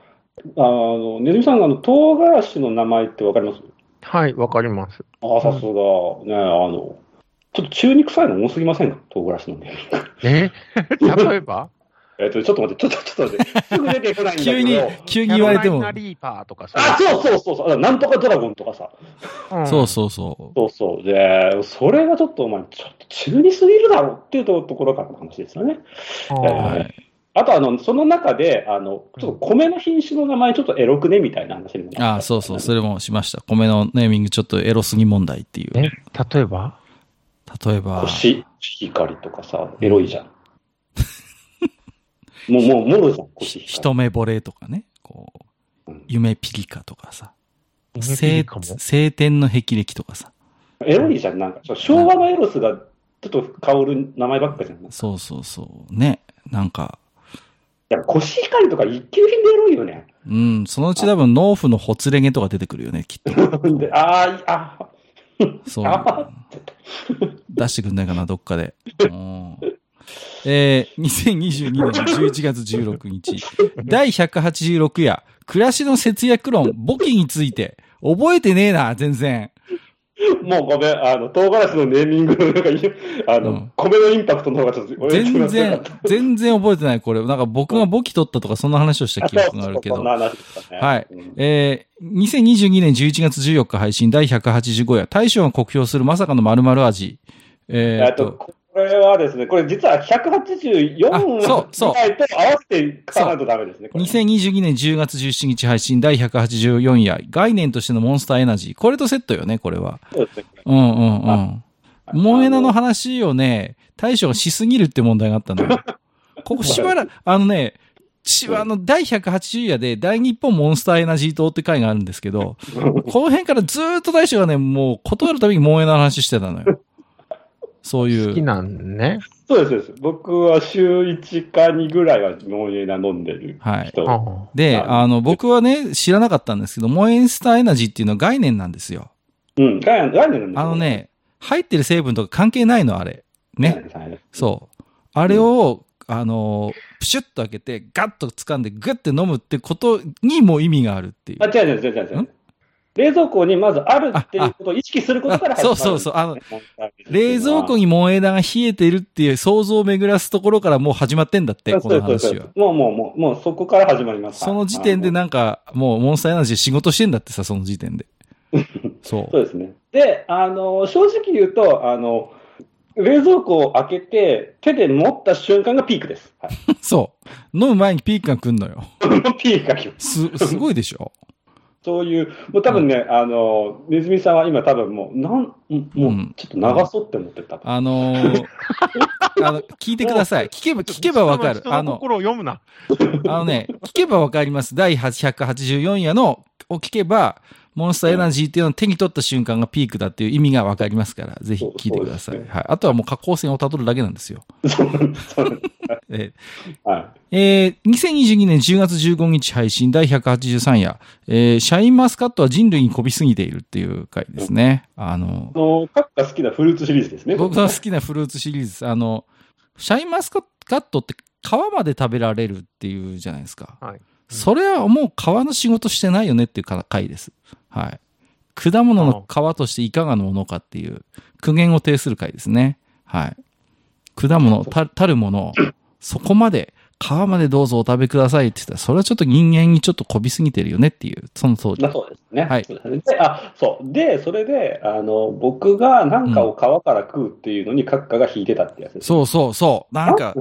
あの、ねずみさん、あの、唐辛子の名前ってわかりますはい、わかります。 ああ、さすが、ね、あの、ちょっと中肉臭いの多すぎませんか唐辛子のね。え例えばえっと、ちょっと待って、ちょっと、ちょっと待って、すぐ出てこないんだけ ど。急に、急キに ャ言ロわれラてイもナ。リーパーとかあ、うそうそうそうそう、あなんとかドラゴンとかさ。んそうそうそう。そうそう。で、それがちょっと、お前、ちょっと中にすぎるだろっていうところからの話ですよね。あーははいいあとあの、その中で、あの、ちょっと米の品種の名前ちょっとエロくねみたいな話になったああ、そうそう、それもしました。米のネーミングちょっとエロすぎ問題っていう。え例えば例えば、星、光とかさ、エロいじ ゃん。もう、もう、もろじゃん、ひ星光。一目惚れとかね、こううん、夢ピリカとかさ、い晴いかも晴天の霹靂とかさ、エロいじゃん、なんか、そう昭和のエロスが、ちょっと香る名前ばっかじゃん。いそうそうそう、ね、なんか、や、コシヒカリとか一級品でエロいよね。 うん、そのうち多分、農夫のほつれ毛とか出てくるよね、きっと。であーいあ、そう あ。出してくんないかな、どっかで。うんえー、2022年11月16日、第186夜、暮らしの節約論、簿記について、覚えてねえな、全然。もうごめん、あの、唐辛子のネーミングの、なんかいい、あの、うん米のインパクトの方がちょっと、俺全然、全然覚えてない、これ。なんか僕が簿記取ったとか、そんな話をした記憶があるけそどん。な話でしたね。はいうん えー、2022年11月14日配信第185夜、大将が酷評するまさかの〇〇味。えーあと、これはですね、これ実は184あそうそうぐらいと合わせて買わないとダメですね。これ2022年10月17日配信第184夜、概念としてのモンスターエナジー。これとセットよね、これは。そうですねうんうんうん。あ萌えなの話をね、大将がしすぎるって問題があったんだよ。ここしばらく、あのね、しあの、第180夜で、大日本モンスターエナジー党って回があるんですけど、この辺からずーっと大将がね、もう断るたびに萌えな話してたのよ。そうい好きう。なんね。そうです、そうです。僕は週1か2ぐらいはノーエナ飲んでるはい。人。ああで、ああの、僕はね、知らなかったんですけど、モンスターエナジーっていうのは概念なんですよ。うん、概念概念なんですよあの、ね、入ってる成分とか関係ないの、あれ。ね。概念。そう。あれを、あのー、プシュッと開けて、ガッと掴んで、グッて飲むってことにも意味があるっていうあ、。違う違う違う違う違んう。冷蔵庫にまずあるっていうことを意識することから始まるんですね。あそうそうそうあの冷蔵庫にに萌え枝が冷えてるっていう想像を巡らすところからもう始まってんだって、この話は。もうもうもう、もうそこから始まります。その時点でなんか、もうモンスターエナジー仕事してんだってさ、その時点 で。そそうう。ですね。で、あの、正直言うと、あの、冷蔵庫を開けて、手で持った瞬間がピークです。はい、 そう。飲む前にピークが来んのよ。ピークが来ます。す、すごいでしょそういう、もう多分ね、あの、ネズミさんは今多分もう、なん、もうんう、ちょっと長そうって思ってた。あの ーあの、聞いてください。聞けば、聞けばわかる人。のあの、心を読むな。あのね、聞けばわかります。第184夜のを聞けば、モンスターエナジーっていうのを手に取った瞬間がピークだっていう意味がわかりますから、ぜひ聞いてください。そうそうですねはい。あとはもう下降線をたどるだけなんですよ。え はーえー2022年10月15日配信第183夜、えーシャインマスカットは人類に媚びすぎているっていう回ですね。あのい。あ、の、カッカ好きなフルーツシリーズで すね。僕の好きなフルーツシリーズです、あの、シャインマスカットって皮まで食べられるっていうじゃないですか。はいそれはもう皮の仕事してないよねっていうか回です。はい。果物の皮としていかがなものかっていう苦言を呈する回ですね。はい。果物、たたるものを、そこまで皮までどうぞお食べくださいって言ったら、それはちょっと人間にちょっとこびすぎてるよねっていう、その通りだ。そうですね。はいそうですねで、あ、そう。で、それで、あの、僕がなんかを皮から食うっていうのに、カッカが引いてたってやつです。そうそうそう。なんか、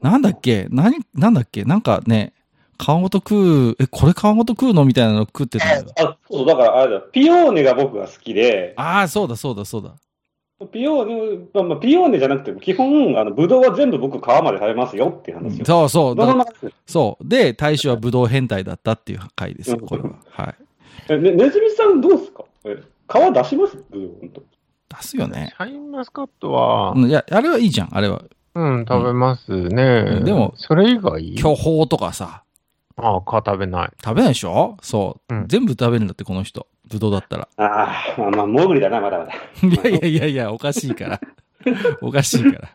なんだっけ何、なんだっけなんかね、皮ごと食う、え、これ皮ごと食うのみたいなの食ってたんだよ。あ、そうそう、だから、あれだ、ピオーネが僕が好きで、ああ、そうだそうだそうだ。ピオーネ、まあまあ、ピオーネじゃなくても、基本、あの、ブドウは全部僕皮まで食べますよっていう話を。そうそう。どだのから中でそう。で、大将は武道変態だったっていう回ですよ、これは。はい。えねネズミさんどうですかえ皮出しますブドウの時出すよねシ。ャインマスカットは、うんいや、あれはいいじゃん、あれは。うん、食べますね。でもそれ以外巨峰とかさ、ああ、か食べない。食べないでしょそう、うん全部食べるんだって、この人。武道だったら。ああ、まあ、まあ、モーグリだな、まだまだ。いやいやいやいや、おかしいから。おかしいから。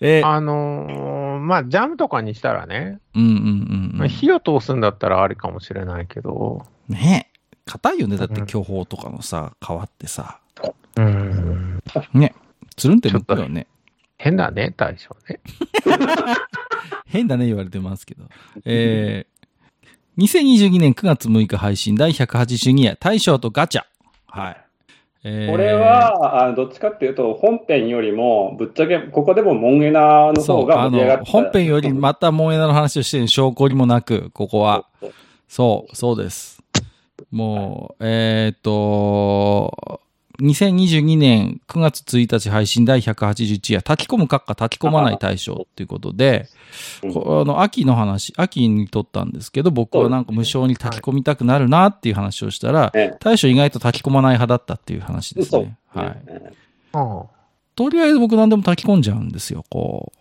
えーあのーまあ、ジャムとかにしたらね、うんうんうんまうあん。火を通すんだったらありかもしれないけど、ねえ。硬いよね。だってうん巨峰とかのさ、皮ってさ、うん、つるんってむくよね。変だね、大将ね。変だね言われてます けど。えー、2022年9月6日配信第182夜大将とガチャ。はい。えーこれ、は、あのどっちかっていうと、本編よりも、ぶっちゃけ、ここでもモンエナのそ方う、あが盛り上がっの、てた本編よりまたモンエナの話をしてる証拠にも なく、ここは。そうそう、そうです。もう、えーっと、2022年9月1日配信第181夜、炊き込む閣下炊き込まない大賞っていうことで、うんこあの、秋の話、秋に撮ったんですけど、僕はなんか無償に炊き込みたくなるなっていう話をしたら、ええ大将意外と炊き込まない派だったっていう話ですそうね。はい。ねあとりあえず僕何でも炊き込んじゃうんですよ、こ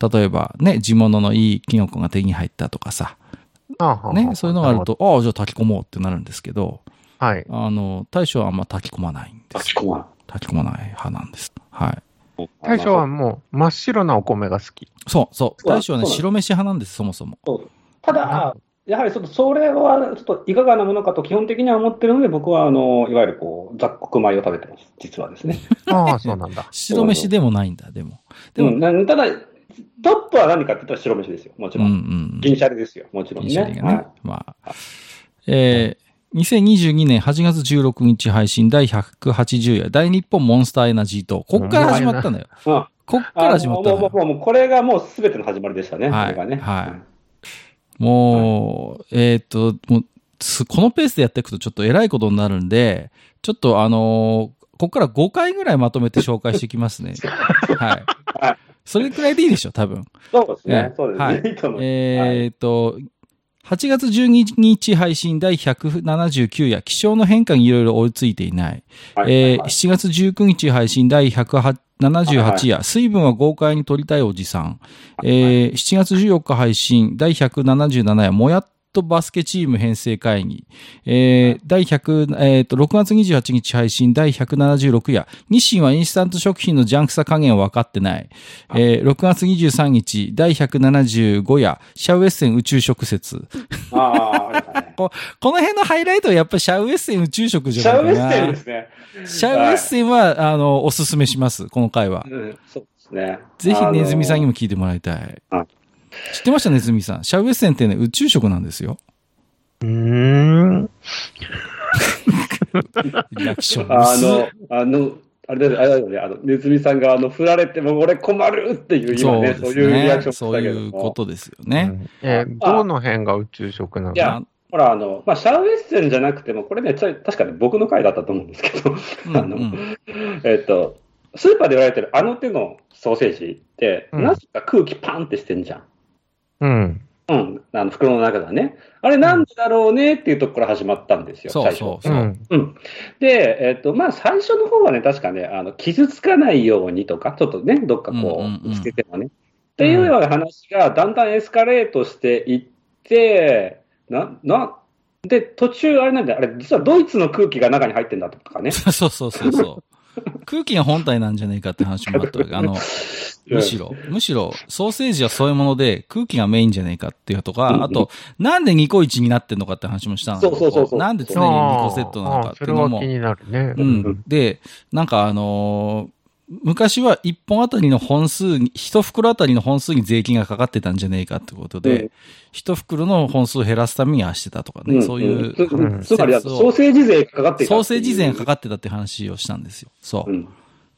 う。例えばね、地物のいいキノコが手に入ったとかさ、あああね、そういうのがある。と、ああ、じゃあ炊き込もうってなるんですけど、なるほどあの、大将はあんま炊き込まないんで立すち。込ま炊き込まない派なんです。はい。ないはい。大将はもう真っ白なお米が好き。そうそう。うわ大将はね、そうなんだ白飯派なんです、そもそも。ただ、やはりちょっとそれはちょっといかがなものかと基本的には思ってるので、僕はあのいわゆるこう雑穀米を食べてます、実はですね。ああ、そうなんだ。白飯でもないんだ、でも。ででもも、なただ、トップは何かって言ったら白飯ですよ、もちうんろ。うんん。銀シャリですよ、もちろんね。銀シャリがね。はいまあ。えー2022年8月16日配信第180夜大日本モンスターエナジーと、こっから始まったのよ。うんこっかあらの始まったのもうよ。もうもうこれがもうすべての始まりでしたね、はいこれがね。はいもう、えーっと、もうすこのペースでやっていくとちょっとえらいことになるんで、ちょっとあのーこっから5回ぐらいまとめて紹介していきますね。はい。はいそれくらいでいいでしょ、多分。そうですねね、そうですね。はいいと思いますえーっと、8月12日配信第179夜、気象の変化にいろいろ追いついていない。はいえー はい7月19日配信第178夜、水分は豪快に取りたいおじさん。えー7月14日配信第177夜、もやっとバスケチーム編成会議。えー第100、えーと、6月28日配信第176夜、日清はインスタント食品のジャンクさ加減分かってない。えー6月23日第175夜、シャウエッセン宇宙食説。あーありましたねこの辺のハイライトはやっぱりシャウエッセン宇宙食じシゃャウないエかな。ッセンですね。シャウエッセンは、あの、おすすめします、この回は。うん、そうですね。ぜひネズミさんにも。も聞いてもらいたいはい。知ってましたネズミさん。シャウエッセンってね、宇宙食なんですよ。うーん。リアクションあ薄いの、あの、あれだよあれだよね、あの、ネズミさんが、あの、振られても俺困るっていう、今ね、そでうすいうリアクションそうしたけいどうこも。とですよね。えーどの辺が宇宙食なのいやほら、あの、まあ、シャウエッセンじゃなくても、これね、ちょ確かに僕の回だったと思うんですけど、 うんあのうんえっと、スーパーで売られてるあの手のソーセージって、うんなぜか空気パンってしてんじゃん。うん。うん、あの袋の中がね。あれなんでだろうねっていうところから始まったんですよ、そ最う初。そううそう。ん。うん、で、えっ、と、まあ、最初の方はね、確かね、あの、傷つかないようにとか、ちょっとね、どっかうこんうんうう、んつけてもね。っていうような話が、だんだんエスカレートしていって、な、な、で、途中、あれなんだよ、あれ、実はドイツの空気が中に入ってんだとか ね。そうそうそうそう。空気が本体なんじゃないかって話もあったわけ。あの、むしろ、むしろ、ソーセージはそういうもので、空気がメインじゃないかっていうとうんうか、んあと、なんで2個1になってんのかって話もしたのよそうそうそうそうこなんで常に2個セットなのかっていうのああそれもは気。になるね。ううんん。で、なんかあのー昔は1本あたりの本数に、1袋あたりの本数に税金がかかってたんじゃねえかってことうでん、 1袋の本数を減らすためにああしてたとかね、んそういう、つうんつまり、そうソーセージ税がかかっていたソーセージ税がかかかってたって話をしたんですよ。そうう。ん。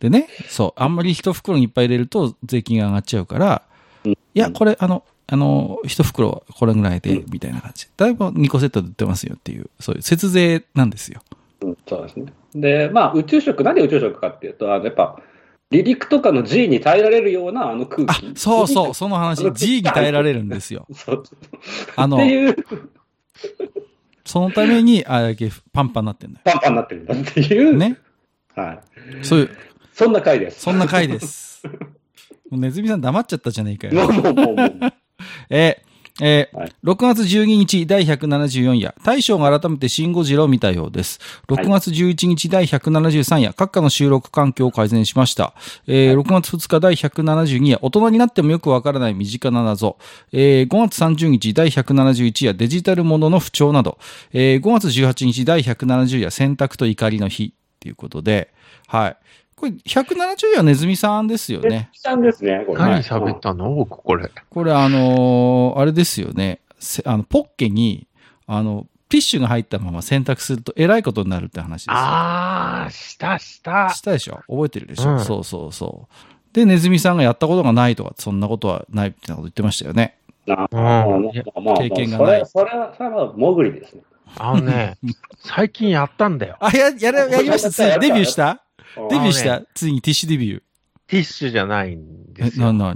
でね、そう、あんまり一袋にいっぱい入れると税金が上がっちゃうから、うんいや、これ、あの、あの、一袋これぐらいで、みたいな感じ。だいぶ2個セットで売ってますよっていう、そういう節税なんですよ。うんそうですね。で、まあ、宇宙食、なんで宇宙食かっていうと、あのやっぱ、離陸とかの G に耐えられるようなあの空あ気。、そうそう、その話あ、の G に耐えられるんですよ。 そう。あのっ、ていう、そのために、あれだけパンパンになってんだパンパンになってるんだっていよ。う。ね。はい。そういう、そんな回です。そんな回 です。もうネズミさん黙っちゃったじゃねえかよ。もう、もう、もう、もう。えーえーはい6月12日第174夜、大将が改めてシン・ゴジラを見たようです。6月11日第173夜、各家の収録環境を改善しました。えー6月2日第172夜、大人になってもよくわからない身近な謎。えー5月30日第171夜、デジタルものの不調など。えー5月18日第170夜、選択と怒りの日。ということで、はい。これ、170夜はネズミさんですよでね。したんですね、これね。何喋ったの僕、これ。これあのーあれですよね。せあの、ポッケに、あの、ィッシュが入ったまま洗濯するとえらいことになるって話ですよ。あー、したした。したでしょ覚えてるでしょ、うんそうそうそう。で、ネズミさんがやったことがないとか、そんなことはないみたいなこと言ってましたよね。あうあ、まあんま。あまあ、経験がそなれいそれは、それは、もぐりですね。あのね、最近やったんだよ。あ、や、やれ、やりましたついにデビューしたうんデビューしたついにティッシュデビュー。ティッシュじゃないんでえ、すな、よ。な、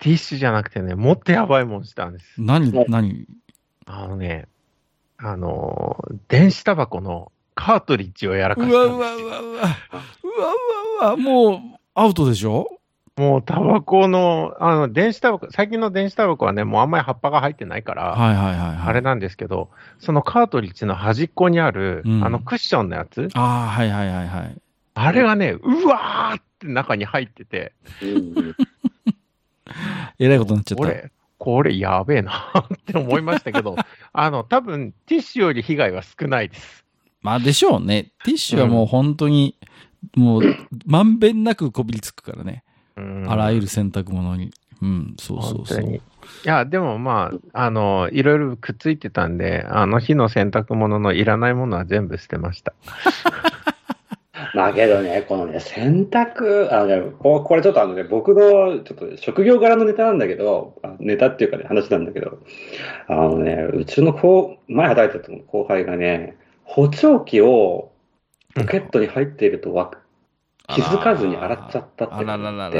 ティッシュじゃなくてね、もっとやばいもんしたんです。なに、なに、あのね、あのー、電子タバコのカートリッジをやらうかしわたんですうわようわうわ、うわうわうわ、もう、アウトでしょもうタバコの、あの、電子タバコ、最近の電子タバコはね、もうあんまり葉っぱが入ってないから、はいはいはいはい。あれなんですけど、そのカートリッジの端っこにある、うんあのクッションのやつ、ああ、はいはいはいはい。あれがね、うわーって中に入ってて、うんえらいことになっちゃった。これ、これやべえなって思いましたけ ど、あの、多分ティッシュより被害は少ないです。まあでしょうね。ティッシュはもう本当に、もう、まんべんなくこびりつくからね。うんあらゆる洗濯物に。うん、そうそうそ本当うにい。や、でもまあ、あの、いろいろくっついてたんで、あの日の洗濯物のいらないものは全部捨てました。まあけどね、このね、洗濯、あのね、ここれちょっとあのね、僕のちょっと職業柄のネタなんだけど、あネタっていうかね、話なんだけど、あのね、うちの子、前働いてた時の後輩がね、補聴器をポケットに入っているとわ気づかずに洗っちゃったってあらららららら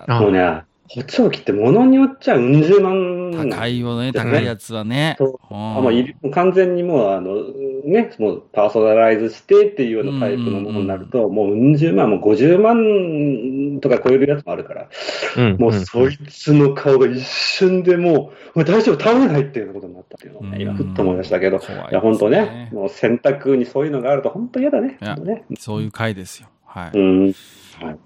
らら。あもうね、補聴器って物によっちゃうん十万なんだよ高いよね、高いやつはね。そうあもういるもう完全にもう、あの、ね、もうパーソナライズしてっていうようなタイプのものになると、もううん十万、もう50万とか超えるやつもあるから、うんもううんそいつの顔が一瞬でもう、もう大丈夫、倒れないっていうようなことになったっていうのをね、う今、んふっと思いましたけど、い怖いですや、本当ね、。もう洗濯にそういうのがあると、本当嫌だね、いや本当ね。そういう回ですよ。はい。うん。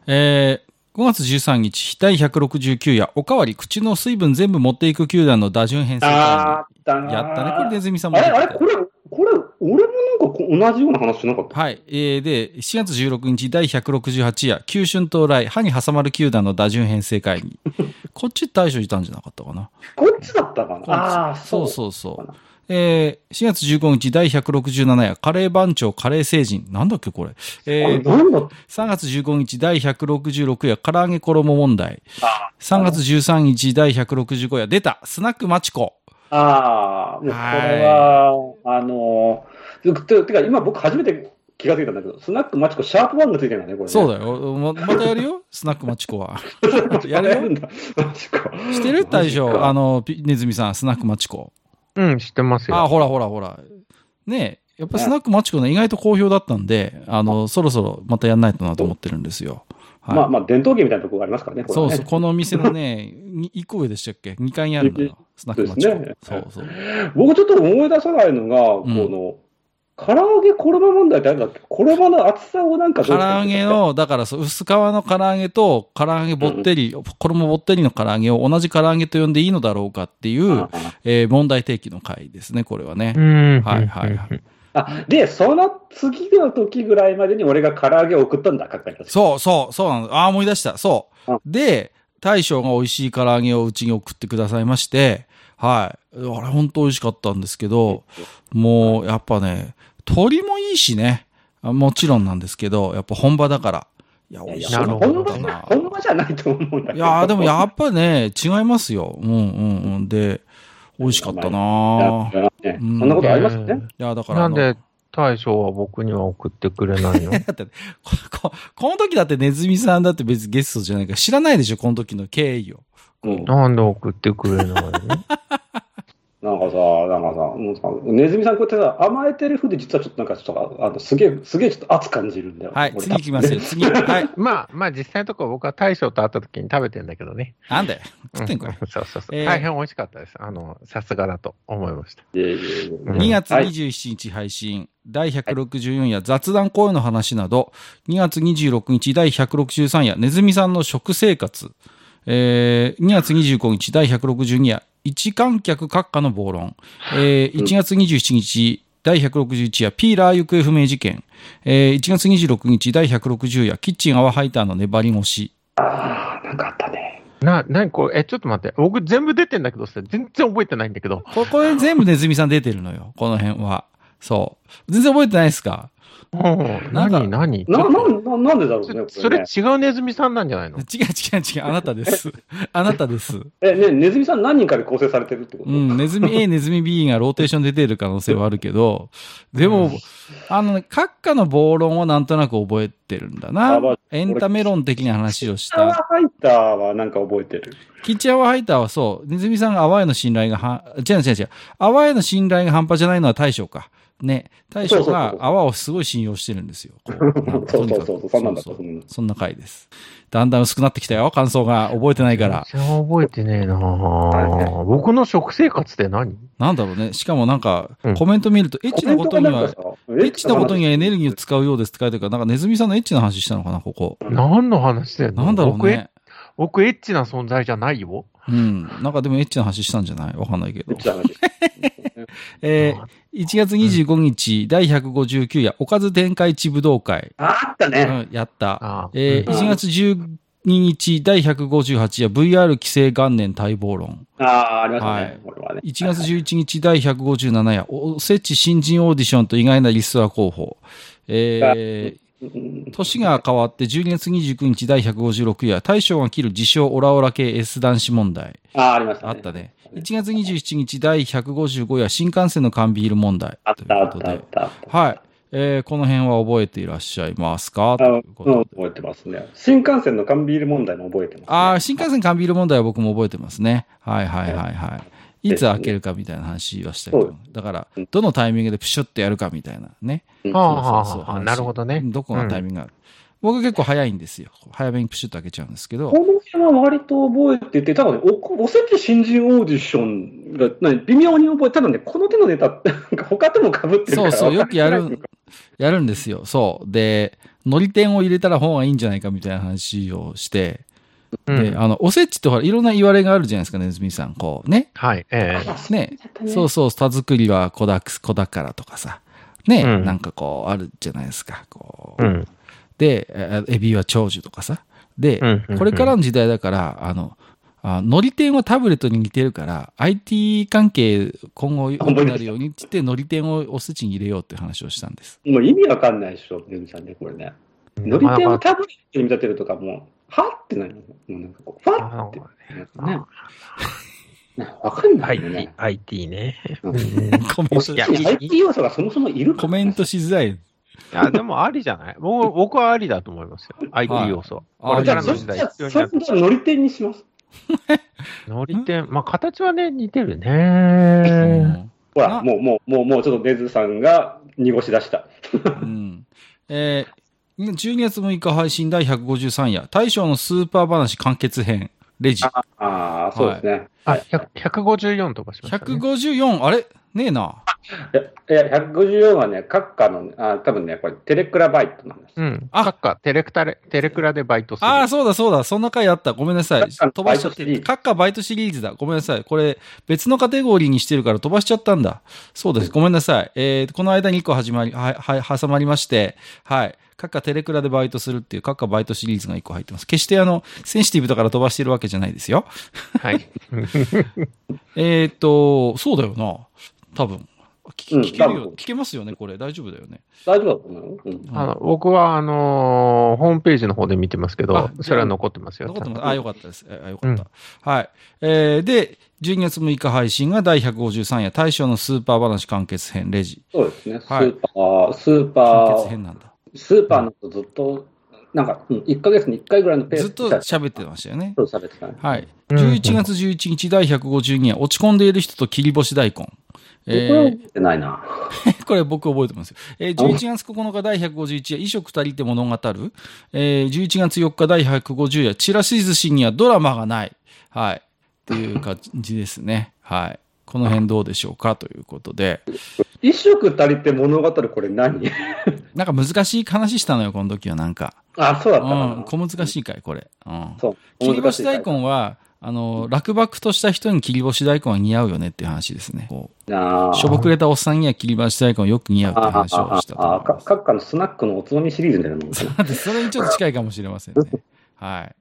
えー5月13日、第169夜、おかわり、口の水分全部持っていく球団の打順編成会あーった議なやったね。これ、ネズミさんもあ出れ、てたあれ、これ、これ、俺もなんかこ同じような話しなかった。はい。えーで、7月16日、第168夜、急春到来、歯に挟まる球団の打順編成会 議。こっち大将いたんじゃなかったかな。こっちだったかなああー、そうう。そうそう。えー4月15日、第167夜、カレー番長、カレー星人。なんだっけ、これ。えあれーなんだっ3月15日、第166夜、唐揚げ衣問題。た3月13日、第165夜、出たスナックマチコ。ああ、もうこれは、あのー、ててか今僕初めて気がついたんだけど、スナックマチコシャープワンがついてるんだね、これね。そう だ。だよ。ままたやるよ、スナックマチコは。やるよんだ。マチコ。知ってる大マジ将、かあの、ピネズミさん、スナックマチコ。うん、知ってますよ。あ、ほらほらほら。ねえ、やっぱスナックマチコね、意外と好評だったんで、あの、そろそろまたやんないとなと思ってるんですよ。はい。まあまあ、伝統芸みたいなところがありますからね、これそはうね。そう、このお店のね、 に一個上でしたっけ ?2 階にあるんだよ。スナックマチコ。そうですそねうそう。僕ちょっと思い出さないのが、んこの、唐揚げ衣問題ってあるんだっけ衣の厚さをなんかど唐うした揚んだっけげ、の、だからそう、薄皮の唐揚げと、唐揚げぼってり、衣ぼってりの唐揚げを同じ唐揚げと呼んでいいのだろうかっていう、あえー問題提起の回ですね、これはねう。ん。。はいはいはいあ、で、その次の時ぐらいまでに俺が唐揚げを送ったんだ、書かれた。そうそう、そうなの。ああ、思い出した。そう。で、大将が美味しい唐揚げをうちに送ってくださいまして、はい。あれ、本当美味しかったんですけど、もう、やっぱね、鶏もいいしね。あもちろんなんですけど、やっぱ本場だから。いや、い美や味いや、しかなるっほど本た場な。本場じゃないと思うんだいけど。やーでもやっぱね、違いますよ。うんうんうん。で、美味しかったなーいいやねうんそんなことありますよね。や、だからなあんの、で大将は僕には送ってくれないのだってこ、 ここの時だってネズミさんだって別にゲストじゃないから知らないでしょ、この時の経緯を。うんなんで送ってくれないのなんかさ、なんかさ、もうさ、ネズミさんこうやってさ、甘えてるふうで実はちょっとなんかちょっと、あの、すげえ、すげえちょっと熱感じるんだよ。はい、俺次行きますよ、次。はい、まあまあ実際のところ僕は大将と会った時に食べてんだけどね。なんで食ってんこうれ。そうそうそう、えー大変美味しかったです。あの、さすがだと思いました。いやいやいやうん2月はい27日配信、第164夜雑談公演の話など、2月26日第163夜ネズミさんの食生活、えー2月25日第162夜一観客閣下の暴論、えー1月27日第161夜ピーラー行方不明事件、えー1月26日第160夜キッチン泡ハイターの粘り腰、あ、なんかあったね。な、なにこれ、え、ちょっと待って。僕全部出てんだけどさ、全然覚えてないんだけど。ここで全部ネズミさん出てるのよ。この辺は。そう。全然覚えてないですかうん。何何な、な、な、なんでだろうね。ねそれ違うネズミさんなんじゃないの違う違う違う。あなたです。 あなたです。え、ね、ネズミさん何人かで構成されてるってことうん。ネズミ A、ネズミ B がローテーションで出てる可能性はあるけど、でも、うん、あの、閣下の暴論をなんとなく覚えてるんだな。エンタメ論的な話をした。キチアワハイターはなんか覚えてる。キチアワハイターはそう。ネズミさんが淡への信頼がは、違う違う違う。淡への信頼が半端じゃないのは大将か。ね、大将が泡をすごい信用してるんですよ。 そうそうそう、そんなんだったそんな回です。だんだん薄くなってきたよ、感想が。覚えてないから。全然覚えてねえなぁ。僕の食生活って何なんだろうね。しかもなんか、コメント見ると、エッチなことには、エッチなことにはエネルギーを使うようですって書いてあるから、なんかネズミさんのエッチな話したのかな、ここ。何の話だよ。なんだろうね。僕、エッチな存在じゃないよ。うん。なんかでもエッチな話したんじゃないわかんないけど。えー、1月25日、うん、第159夜、おかず展開地武道会。あったね。うん、やった。えー、1月12日、第158夜、VR 規制元年待望論。、ああ、ありましたね。はいね1月11日、第157夜、おせち新人オーディションと意外なリストア候補。えー、年が変わって12月29日第156夜、大将が切る自称オラオラ系 S 男子問題。あ、ありました、ね。あったね。1月27日第155夜、新幹線の缶ビール問題。あったあったあった。はい。えー、この辺は覚えていらっしゃいますかということ覚えてますね。新幹線の缶ビール問題も覚えてます、ね、ああ、新幹線缶ビール問題は僕も覚えてますね。はいはいはいはい。いつ開けるかみたいな話はしたけど、だから、どのタイミングでプシュってやるかみたいなね。ああ、なるほどね。どこがタイミングがある。うん、僕結構早いんですよ。早めにプシュッと開けちゃうんですけど。この辺は割と覚えてて、多分ね、おおせち新人オーディションが、ね、微妙に覚えて、多分ね、この手のネタって、なんか他とも被ってるそうそう、よくやる、やるんですよ。そう。で、のり点を入れたら方がいいんじゃないかみたいな話をして、で、あの、おせちってほら、いろんな言われがあるじゃないですか、ね、ネズミさん。こうね。はい。ええね。そうそう、田作りは子だ子だからとかさ。ね、うなんかこう、あるじゃないですか。こう。で、エビは長寿とかさ。で、これからの時代だから、あの、あのり点はタブレットに似てるから、IT 関係今後良くなるようにって、のり点をおせちに入れようって話をしたんです。もう意味わかんないでしょ、ネズミさんね、これね。のり点をタブレットに見立てるとかも、はってなるもうなんかこう、ファってね。わかんないよね。 IT ね。 コメントし IT 要素がそもそもいるコメントしづらい。いや、でもありじゃない僕僕はありだと思いますよ。IT 要素は。これからの時代。それじゃあ、乗り点にします。乗り点。まあ、形はね、似てるね。ほら、もう、もう、もう、もう、ちょっとデズさんが濁し出した。うん。えー、12月6日配信第153夜、大将のスーパー話完結編、レジ。ああ、そうですね。はい、あ、154とかしました、ね。。154、あれねえな。いや、いや154はね、閣下の、あ多分ね、これ、テレクラバイトなんです。うん閣下、テレクタレ、テレクラでバイトする。ああ、そうだそうだ、そんな回あった。ごめんなさい。飛ばしちゃって。閣下バイトシリーズだ。ごめんなさい。これ、別のカテゴリーにしてるから飛ばしちゃったんだ。そうです。ごめんなさい。えー、この間に1個始まり、は、は、挟まりまして、はい。閣下テレクラでバイトするっていう、閣下バイトシリーズが1個入ってます。決してあの、センシティブだから飛ばしてるわけじゃないですよ。はい。えっと、そうだよな。多分。聞聞けるよ、聞けますよね、これ。大丈夫だよね。大丈夫だと思う。僕は、あのホームページの方で見てますけど、それは残ってますよ。残ってます。あ、よかったです。あ、よかった。はい。えー、で、12月6日配信が第153夜、大将のスーパー話完結編、レジ。そうですね。スーパー、スーパー。完結編なんだ。スーパーのとずっと、なんか、うん、1ヶ月に1回ぐらいのペースずっと喋ってましたよね。そう、喋ってた、ね。はい。11月11日、第152夜、落ち込んでいる人と切り干し大根。えー、覚えてないな。これ僕覚えてますよ。えー、11月9日第151夜、衣食足りて物語る。えー、11月4日第150夜、ちらし寿司にはドラマがない。はい。っていう感じですね。はい。この辺どうでしょうかということで。一食足りて物語これ何 なんか難しい話したのよ、この時はなんか。あ、そうだったうん、小難しいかい、これ。うん。そう。切り干し大根は、あの、落漠とした人に切り干し大根は似合うよねっていう話ですね。こう。あしょぼくれたおっさんには切り干し大根よく似合うって話をしたああ、各家のスナックのおつまみシリーズみたいなもんそれにちょっと近いかもしれませんね。はい。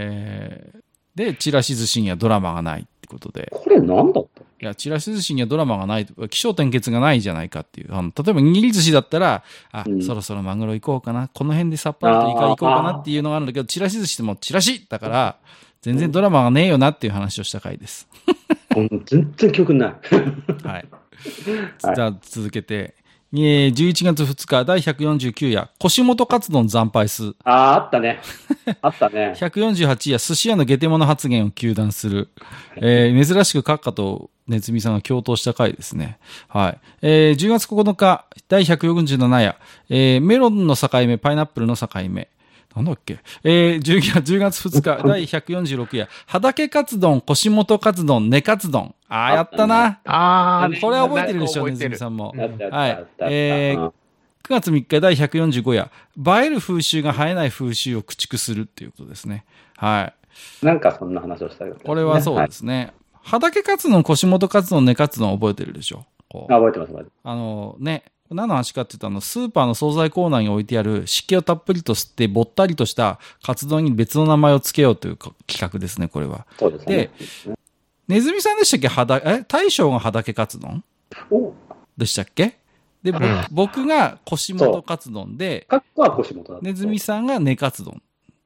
えーで、チラシ寿司にはドラマがないってことで。これ何だったいや、チラシ寿司にはドラマがない、気象転結がないじゃないかっていう。あの、例えば握り寿司だったら、あ、うんそろそろマグロ行こうかな。この辺でさっぱりとイカ行こうかなっていうのがあるんだけど、チラシ寿司ってもうチラシだから、全然ドラマがねえよなっていう話をした回です。うん全然記憶にない。はい。 じゃあ続けて、えー11月2日第149夜、腰元カツ丼惨敗数。ああ、あったね。あったね。 148夜、寿司屋の下手者発言を糾弾する。えー珍しく閣下とネズミさんが共闘した回ですね。はい。えー10月9日、第147夜、えーメロンの境目、パイナップルの境目。なんだっけえー 10, 月10月2日、第146夜、畑カツ丼、腰元カツ丼、根カツ丼。ああ、やったな。ああ、これは覚えてるでしょ、覚ネえズてミるさんも。あったあったはいあったあったえーうん9月3日第145夜、映える風習が生えない風習を駆逐するっていうことですね。はい。なんかそんな話をしたよ、ね。これはそうですね。畑カツの腰元カツの根カツの覚えてるでしょこうはいあ、覚えてます、覚えてあのね、何の話かって言うと、あの、スーパーの惣菜コーナーに置いてある湿気をたっぷりと吸ってぼったりとしたカツ丼に別の名前を付けようというか企画ですね、これは。ます。そうですね。でネズミさんでしたっけ畑、え大将が畑カツ丼お、でしたっけで、ぼうん僕が腰元カツ丼で、かっこは腰元だった。ネズミさんがネカツ丼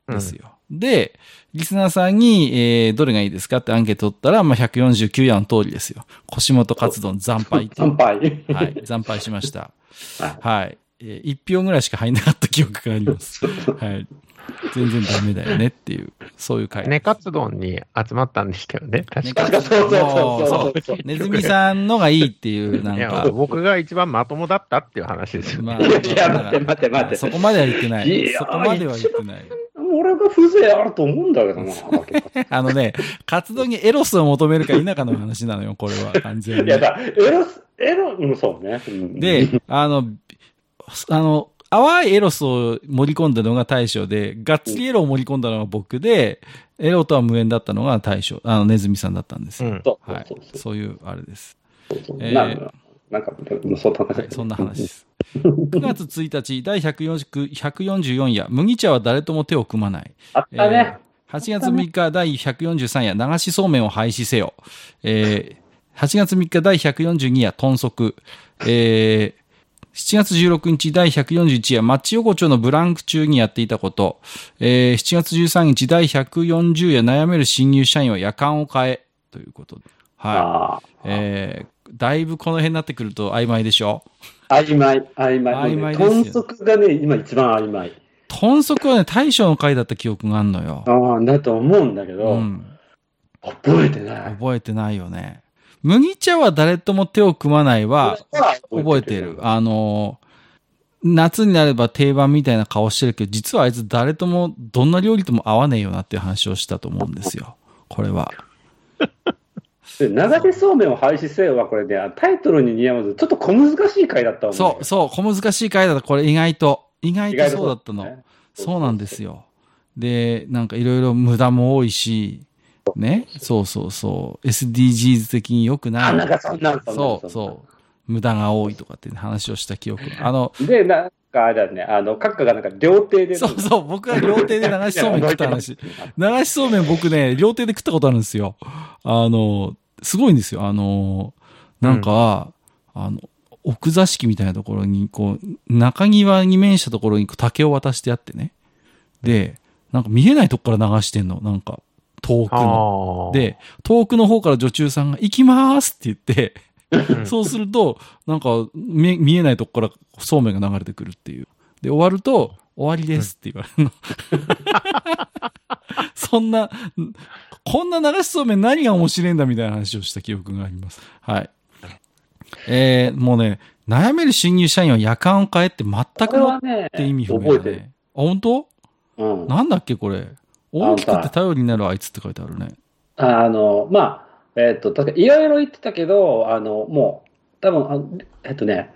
うんですよ。で、リスナーさんに、えーどれがいいですかってアンケート取ったら、まあ、149夜の通りですよ。腰元カツ丼惨敗っていう乾杯。はい、惨敗しま した。ははい。えー、1票ぐらいしか入んなかった記憶があり ます。はい。全然ダメだよねっていう、そういう回。ネカツ丼に集まったんでしたよね、確ネかカに。ツ丼そうそうもそううそう。ネズミさんのがいいっていう、なんいかや、。僕が一番まともだったっていう話ですよまね。あ、いや待って待って待ってそこまでは言ってない。いやそこまでは言ってない。俺が風情あると思うんだけどな。あのね、活動にエロスを求めるか否かの話なのよ、これは、完全いにや。だ、エロス、エロ、うん、そうね。うん、で、あの、あの、淡いエロスを盛り込んだのが大将で、がっつりエロを盛り込んだのが僕で、エロとは無縁だったのが大将、あの、ネズミさんだったんですうよ。ん。そうはいそう。そうそういう、あれです。そう。えーなんかなんか、うんそんな話、はい、そんな話です。9月1日、第140 144夜、麦茶は誰とも手を組まない。あったね。 8月3日第143夜、流しそうめんを廃止せよ。えー、8月3日第142夜、豚足。えー、7月16日第141夜、マッチ横丁のブランク中にやっていたこと。えー、7月13日第140夜、悩める新入社員は夜間を変え。ということで。はあい。えー、だいぶこの辺になってくると曖昧でしょあ、曖昧、曖昧。曖昧ですよ豚足がね、今一番曖昧。豚足はね、大将の回だった記憶があるのよ。ああ、だと思うんだけど、うん。覚えてない。覚えてないよね。麦茶は誰とも手を組まないは、覚えてる。あのー、夏になれば定番みたいな顔してるけど、実はあいつ誰とも、どんな料理とも合わねえよなっていう話をしたと思うんですよ。これは。で流れそうめんを廃止せよは、これね、タイトルに似合わず、ちょっと小難しい回だったわそう、そう、小難しい回だった。これ意外と、意外意と外とそうだったそうですのね。そうなんですよ。で、なんかいろいろ無駄も多いし、ね。そうそうそう。SDGs 的に良くなあ、い。なんかそんなんんなんそうそう。無駄が多いとかって話をした記憶。 あの、う。で、なんかあれだね、あの、閣下がなんか料亭で。そうそう、僕が料亭で流しそうめん食った 話。流しそうめん僕ね、料亭で食ったことあるんですよ。あの、すごいんですよ。あの、なんか、あの、奥座敷みたいなところに、こう、中庭に面したところにこう竹を渡してあってね。で、なんか見えないとこから流してんの。なんか、遠くの。ああ。、で、遠くの方から女中さんが、行きますって言って、う んそうすると、なんか、見見えないとこからそうめんが流れてくるっていう。で、終わると、終わりですって言われるの。そんな、こんな流しそうめん何が面白いんだみたいな話をした記憶があります。はい。えー、もうね、悩める新入社員は夜間を変えって全こくれもっはね、て意味不覚明えだてる。ね。あ、本当うん。なんだっけこれ。大きくて頼りになるあいつって書いてあるね。あの、まあ、えっ、と、確かいろいろ言ってたけど、あの、もう、多分あのえっ、とね、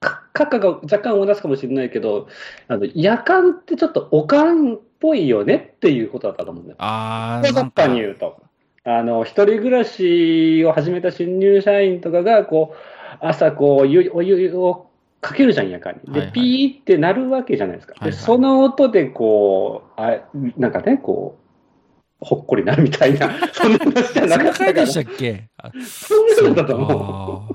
か閣下が若干思い出すかもしれないけど、あの、夜間ってちょっとおかんっぽいよねっていうことだったと思うんだよ。あー、なん確かかに言うと。あの、一人暮らしを始めた新入社員とかが、こう、朝こう、ゆお湯をかけるじゃん、夜間はに。いで、はいピーって鳴るわけじゃないですか。はいはいで、その音で、こう、あなんかね、こう、ほっこりなみたい な、そんな話じゃなそかのった回でから。しそたっけあうなんだと思う。あー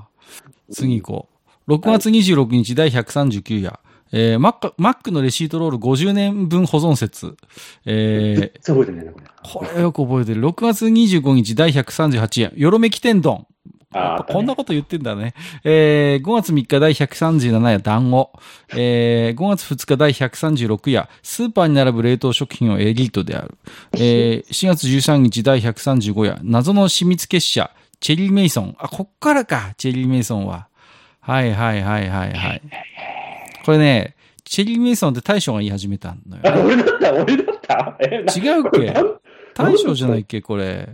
次行こう。6月26日第139夜。えー、マック、マックのレシートロール50年分保存説。 えー、そう覚えてないな、これ。これはよく覚えてる。6月25日第138夜。よろめき天丼。やっぱこんなこと言ってんだね。えー、5月3日第137夜団子。えー、5月2日第136夜、スーパーに並ぶ冷凍食品をエリートである。えー、4月13日第135夜、謎の秘密結社、チェリー・メイソン。あ、こっからか、チェリー・メイソンは。はいはいはいはいはい。これね、チェリー・メイソンって大将が言い始めたのよ。あ、俺だった、俺だった。え、な違うっこれけなん大将じゃないっけこれ。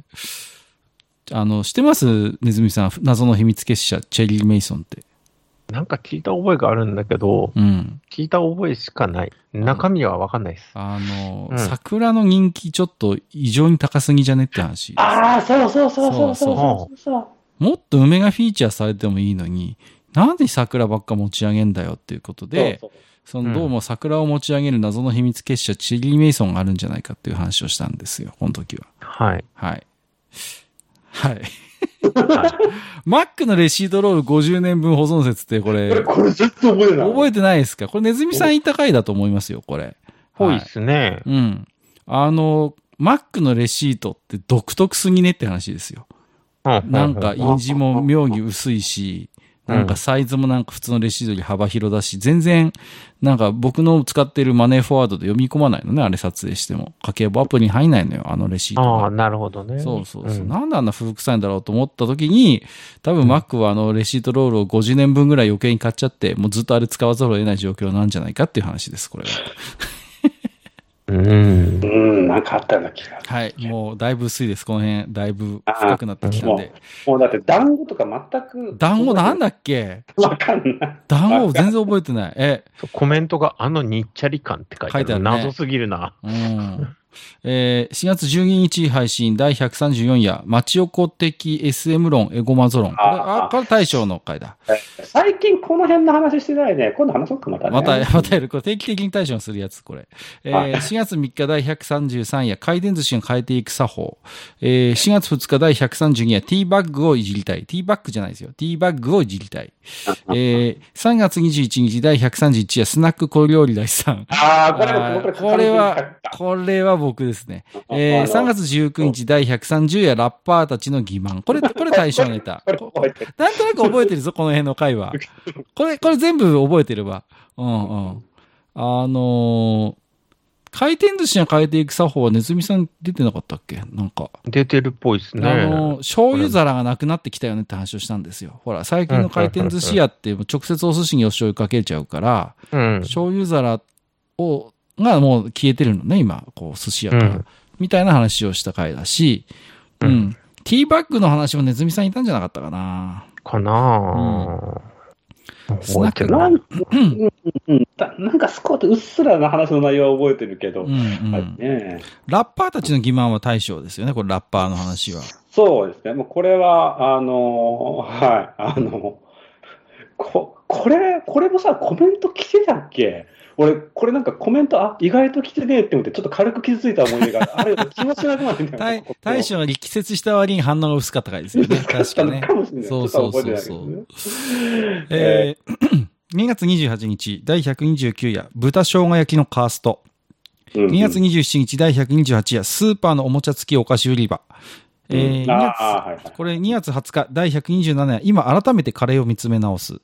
あの、知ってますネズミさん。謎の秘密結社、チェリー・メイソンって。なんか聞いた覚えがあるんだけど、うん。聞いた覚えしかない。中身はわかんないです。あの、うん桜の人気ちょっと異常に高すぎじゃねって話。ああ、そうそうそうそうそうそそうそう。もっと梅がフィーチャーされてもいいのに、なんで桜ばっか持ち上げんだよっていうことで、そうそうんのどうも桜を持ち上げる謎の秘密結社、チェリー・メイソンがあるんじゃないかっていう話をしたんですよ、この時は。はい。はい。はい。マックのレシートロール50年分保存説ってこそうれ、これ全然覚えてない。覚えてないですかこれネズミさん言った回だと思いますよ、これ。ぽいはっすね。うん。あの、マックのレシートって独特すぎねって話ですよ。うんなんか印字も妙に薄いし、うんなんかサイズもなんか普通のレシートより幅広だし、全然、なんか僕の使ってるマネーフォワードで読み込まないのね、あれ撮影しても。家計簿アプリに入んないのよ、あのレシートが。ああ、なるほどね。そうそうそう。んなんであんな古臭いんだろうと思った時に、多分マックはあのレシートロールを50年分ぐらい余計に買っちゃって、もうずっとあれ使わざるを得ない状況なんじゃないかっていう話です、これは。うんう。ん、なんかあったような気が。はい。もうだいぶ薄いです、この辺。だいぶ深くなってきたんで。もうだって、団子とか全く。団子なんだっけわかんない。団子全然覚えてない。え、コメントがあのにっちゃり感って書いてあ書いる。てあるね謎すぎるな。うん。えー4月12日配信第134夜、町横的 SM 論、エゴマゾ論。これ、あ、これ大将の回だ。最近この辺の話してないね。今度話そうか、またね。また、またやる。これ定期的に対処するやつ、これ。えはいー、4月3日第133夜、回転寿司に変えていく作法。えー、4月2日第132夜、ティーバッグをいじりたい。ティーバッグじゃないですよ。ティーバッグをいじりたい。えー、3月21日第131夜、スナック小料理大師さん。ああ、これあもーこれは、ここれは僕ですね。えー、あの3月19日第130夜、ラッパーたちの欺瞞。これ、これ対象ネタ。れ覚えてる。なんとなく覚えてるぞ、この辺の回は。これ、これ全部覚えてれば。うんうん。あのー回転寿司に変えていく作法はネズミさん出てなかったっけなんか。出てるっぽいっすあね。のー醤油皿がなくなってきたよねって話をしたんですよ。ほら、最近の回転寿司屋ってもう直接お寿司にお醤油かけちゃうから、うん。醤油皿を、がもう消えてるのね、今、こう、寿司屋から。うんみたいな話をした回だし、うん。ティーバッグの話もネズミさんいたんじゃなかったかな。かなぁ。スナッ覚えてクなないん。うんだなんか少しうっすらな話の内容は覚えてるけど。うんうんはいね、ラッパーたちの欺瞞は大将ですよね、これラッパーの話 は。そうですね。もうこれは、あのーはい、あのこ、これ、これもさ、コメント来てたっけ俺、これなんかコメント、あ、意外と来てねえって思って、ちょっと軽く傷ついた思い出があるような気持ちなくなってんだよ大ね。大将が力説した割に反応が薄かったからですよ ね、 確かねか。もしれない。そうそうそうそうちょっと覚えてないけどねえ ー2月28日、第129夜、豚生姜焼きのカースト。うん2月27日、第128夜、スーパーのおもちゃ付きお菓子売り場。えーうん2あ月あ、はいはい。これ2月20日、第127夜、今改めてカレーを見つめ直 す。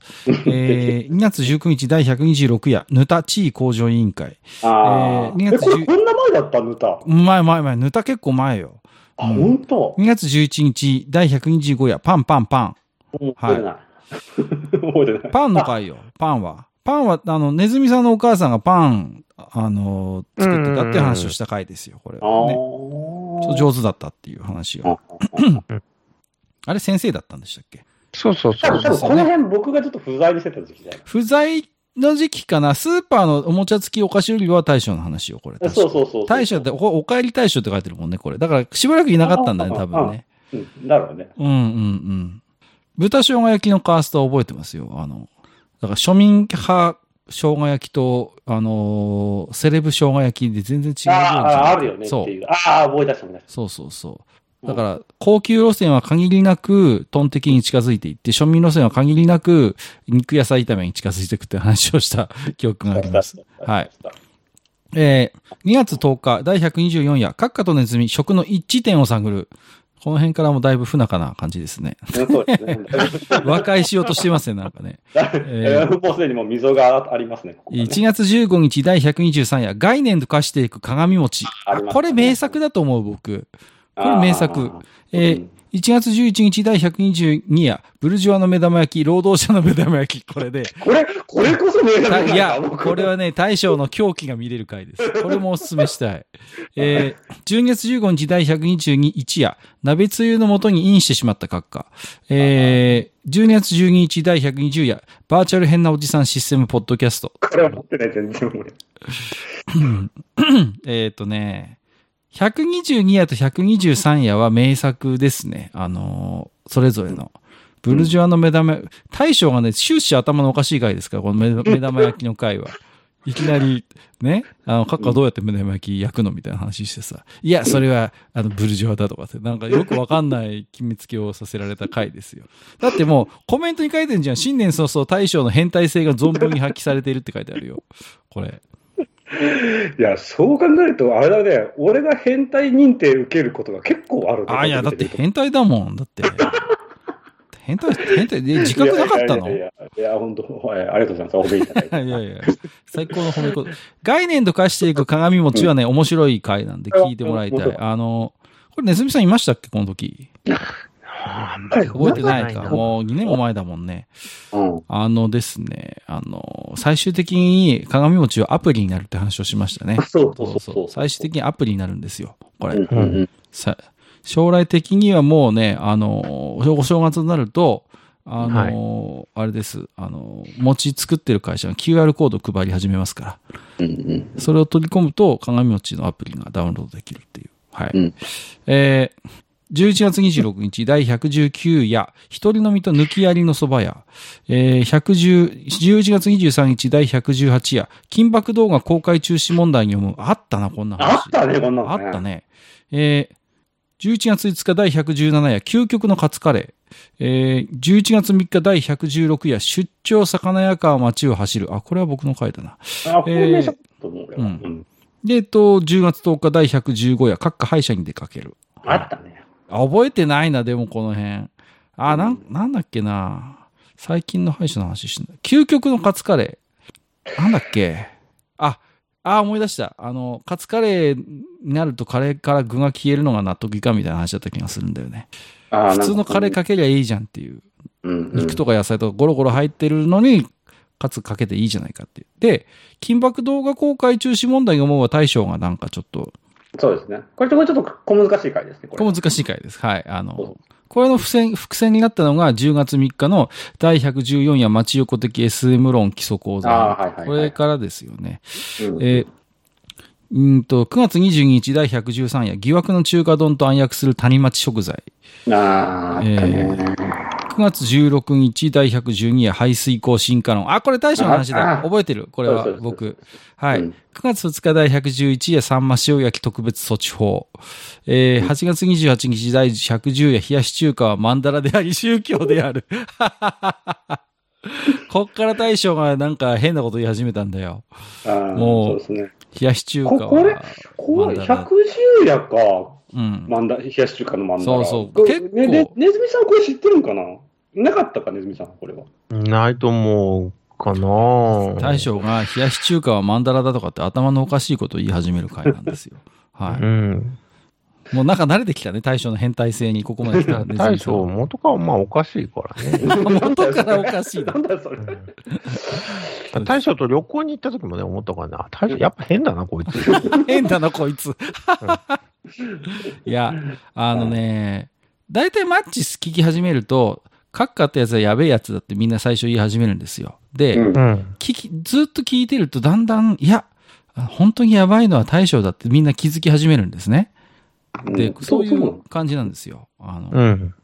えー、2月19日、第126夜、ヌタ地位向上委員会。あえーー2え、月こ10れこんな前だったの歌。前前前、ヌタ結構前よ。あ、本当。 2月11日、第125夜、パンパンパン。覚えてない。 覚えてない。パンの回よ、パンは。パンは、あの、ネズミさんのお母さんがパン、あの、作ってたっていう話をした回ですよ、これあは、ね。ちょっとー上手だったっていう話を。 あれ先生だったんでしたっけそうそうそ多分多う。分この辺僕がちょっと不在にしてた時期だよ不在の時期かな、スーパーのおもちゃ付きお菓子売り場は大将の話よ、これ。確かそうそうそうそう大将って、おお帰り大将って書いてるもんね、これ。だから、しばらくいなかったんだね、多分ね。うん、だろうね。うんうんうん。豚生姜焼きのカーストは覚えてますよ。あの、だから庶民派生姜焼きと、あのーセレブ生姜焼きで全然違う料理じゃんああ、あるよねってそうい。う。ああ、思い出した思い出しそうそうそう。だから、高級路線は限りなく、トンテキに近づいていって、庶民路線は限りなく、肉野菜炒めに近づいていくって話をした記憶がありまた。す。はい。えー、2月10日、第124夜、閣下とネズミ、食の一致点を探る。この辺からもだいぶ不仲な感じですね。そうですね。 和解しようとしてますね、なんかね。ええーもうすでにもう溝がありますね、ここがね1月15日、第123夜、概念と化していく鏡餅。あありますねこれ名作だと思う、僕。これ名作あーえー1月11日第122夜、ブルジョワの目玉焼き、労働者の目玉焼き、これで。これ、これこそ名た作いや、僕これはね、大将の狂気が見れる回です。これもおすすめしたい。えー、12月15日第122一夜、鍋つゆのもとにインしてしまった閣下。えー、12月12日第120夜、バーチャル変なおじさんシステムポッドキャスト。これは持ってない、全然俺。えっ、とね、122夜と123夜は名作ですね。あのーそれぞれの。ブルジョアの目玉、大将がね、終始頭のおかしい回ですから、この目目玉焼きの回は。いきなり、ね、あの、カッカどうやって目玉焼き焼くのみたいな話してさ、いや、それは、あの、ブルジョアだとかって、なんかよくわかんない決めつけをさせられた回ですよ。だってもう、コメントに書いてるじゃん。新年早々大将の変態性が存分に発揮されているって書いてあるよ。これ。いや、そう考えると、あれだね、俺が変態認定受けることが結構あるねああ、いや、だって見る変態だもん。だって。変態、変態、で自覚なかったのいやいやいやいや、いや本当、はいありがとうございます。お褒めいただいて。いやいや、最高の褒め言葉。概念と化していく鏡餅はね、面白い回なんで聞いてもらいたい。あの、これネズミさんいましたっけこの時。あん覚えてないか。なもう2年も前だもんね。うん。あのですね、あの、最終的に鏡餅はアプリになるって話をしましたね。そうそうそうそう。最終的にアプリになるんですよ。これ。うんうんうん。さ将来的にはもうね、あのー、お正月になると、あのー、あれです、あのー、餅作ってる会社が QR コードを配り始めますから、うんうんそれを取り込むと、鏡餅のアプリがダウンロードできるっていう。はい。うんえー11月26日、第119夜、一人飲みと抜きやりのそば屋。えー、110、11月23日、第118夜、金箔動画公開中止問題に読む。あったな、こんな話。あったね、こんなあのった。ね。えー、11月5日第117夜、究極のカツカレー。えー、11月3日第116夜、出張魚屋川街を走る。あ、これは僕の回だな。あ、これ名作えだと思う、俺は。ううんん。で、えっと、10月10日第115夜、各家歯医者に出かける。あったね。あ、覚えてないな、でもこの辺。あ、なん、なんだっけな。最近の歯医者の話してない。究極のカツカレー。なんだっけ。あ、あ、思い出した。あの、カツカレーになるとカレーから具が消えるのが納得いかんみたいな話だった気がするんだよね。あー普通のカレー、なんかけりゃいいじゃんっていう。うんうん肉とか野菜とかゴロゴロ入ってるのに、カツかけていいじゃないかっていう。で、金箔動画公開中止問題が思うは大将がなんかちょっと、そうですね。これちょっと小難しい回ですね、ここれ。れ難しい回です。はい。あのそうそう、これの伏線、伏線になったのが10月3日の第114夜町横的 SM 論基礎講座。あーはいはいはいこれからですよね。うんえーうーんと、9月22日第113夜、疑惑の中華丼と暗躍する谷町食材。ああ、あったね。 9月16日第112夜、排水口進化論。あ、これ大将の話あだ。あ覚えてるこれはそうそうそう僕。はい。うん9月2日第111夜、サンマ塩焼き特別措置法。えー、8月28日第110夜、冷やし中華は曼荼羅であり、宗教である。 こっから大将がなんか変なこと言い始めたんだよ。ああもうそうですね。冷やし中華は。ここれこマう、ンダラ110やか、うん。マンダ冷やし中華のマンダラ。そうそうこれ結構ねねネズミさんこれ知ってるんかななかったか、ネズミさん、これは。ないと思うかな。大将が冷やし中華は曼荼羅だとかって頭のおかしいことを言い始める回なんですよ。はい。うん。もうなんか慣れてきたね、大将の変態性にここまで来たね。大将、元からまあおかし いからね。元からおかしいな な。んだそれ。大将と旅行に行った時もね、思ったからな。大将、やっぱ変だな、こいつ。 変だな、こいつ。いや、あのね、大体マッチ聞き始めると、カッカってやつはやべえやつだってみんな最初言い始めるんですよ。で、うんうん。聞き、ずっと聞いてるとだんだん、いや、本当にやばいのは大将だってみんな気づき始めるんですね。で、んそういなうの感じなんですよ。あの、うん。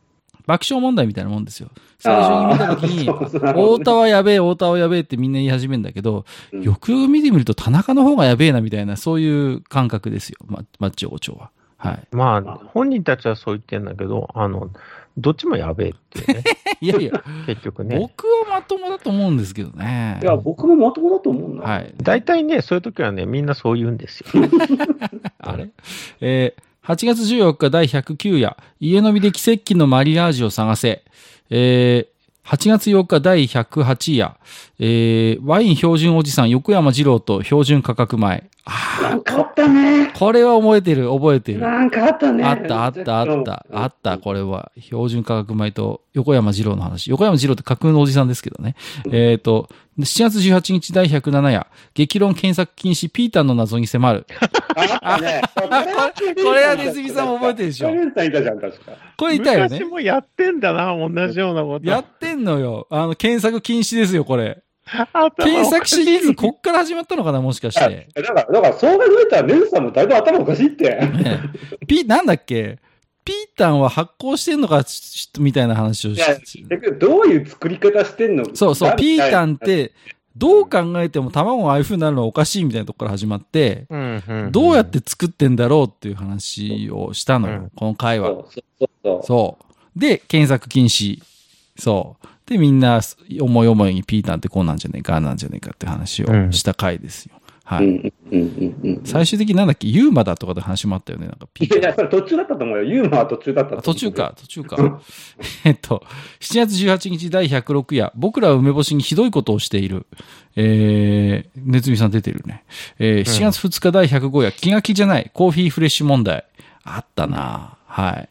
爆笑問題みたいなもんですよ。最初に見た時に、太田はやべえ、太田はやべえってみんな言い始めるんだけど、うんよくよく見てみると田中の方がやべえなみたいな、そういう感覚ですよ。まマッチ王朝は。はい。まあ、まあ本人たちはそう言ってんだけど、あの、どっちもやべえって いうね、い やいや、結局ね。僕はまともだと思うんですけどねい。や、僕もまともだと思うな。はい。大体ね、そういう時はね、みんなそう言う んですよ。あれえー8月14日第109夜、家飲みで奇跡のマリアージュを探せ。えー8月8日第108夜、えーワイン標準おじさん横山二郎と標準価格前。あなんかあったね。ーこれは覚えてる、覚えてる。なんかあったね。あった、あった、あった、あった、これは。標準価格米と横山二郎の話。横山二郎って架空のおじさんですけどね。えっ、と、7月18日第107夜、激論検索禁止、ピータンの謎に迫る。あったね。これはネズミさんも覚えてるでしょこれネズミさんいたじゃん、確か。これ痛いよ昔ね。もやってんだな、同じようなこと。やってんのよ。あの、検索禁止ですよ、これ。頭検おか索しいシリーズ、こっから始まったのかな、もしかしあて。 だから、だから、そう考えたら、ネズミさんもだいぶ頭おかしいって。ねピ、なんだっけピータンは発行してんのか、しみたいな話をいやし結局どういう作り方してんのそうそう、ピータンっ。誰て、どう考えても卵がああいう風になるのはおかしいみたいなとこから始まって、うんうんどうやって作ってんだろうっていう話をしたのうよ、この回そは。うそうそうそう。そう。で、検索禁止。そう。で、みんな、思い思いにピータンってこうなんじゃねえか、ああなんじゃねえかって話をした回ですよ。はうい。んうんうんうんうん。最終的になんだっけ、ユーマだとかで話もあったよね、なんかピいータンやい。や、それ途中だったと思うよ。ユーマは途中だったと思あう途中。か、途中か。 えっと、7月18日第106夜、僕らは梅干しにひどいことをしている。えー、ねつみさん出てるね。えー、7月2日第105夜、気が気じゃない、コーヒーフレッシュ問題。あったなはい。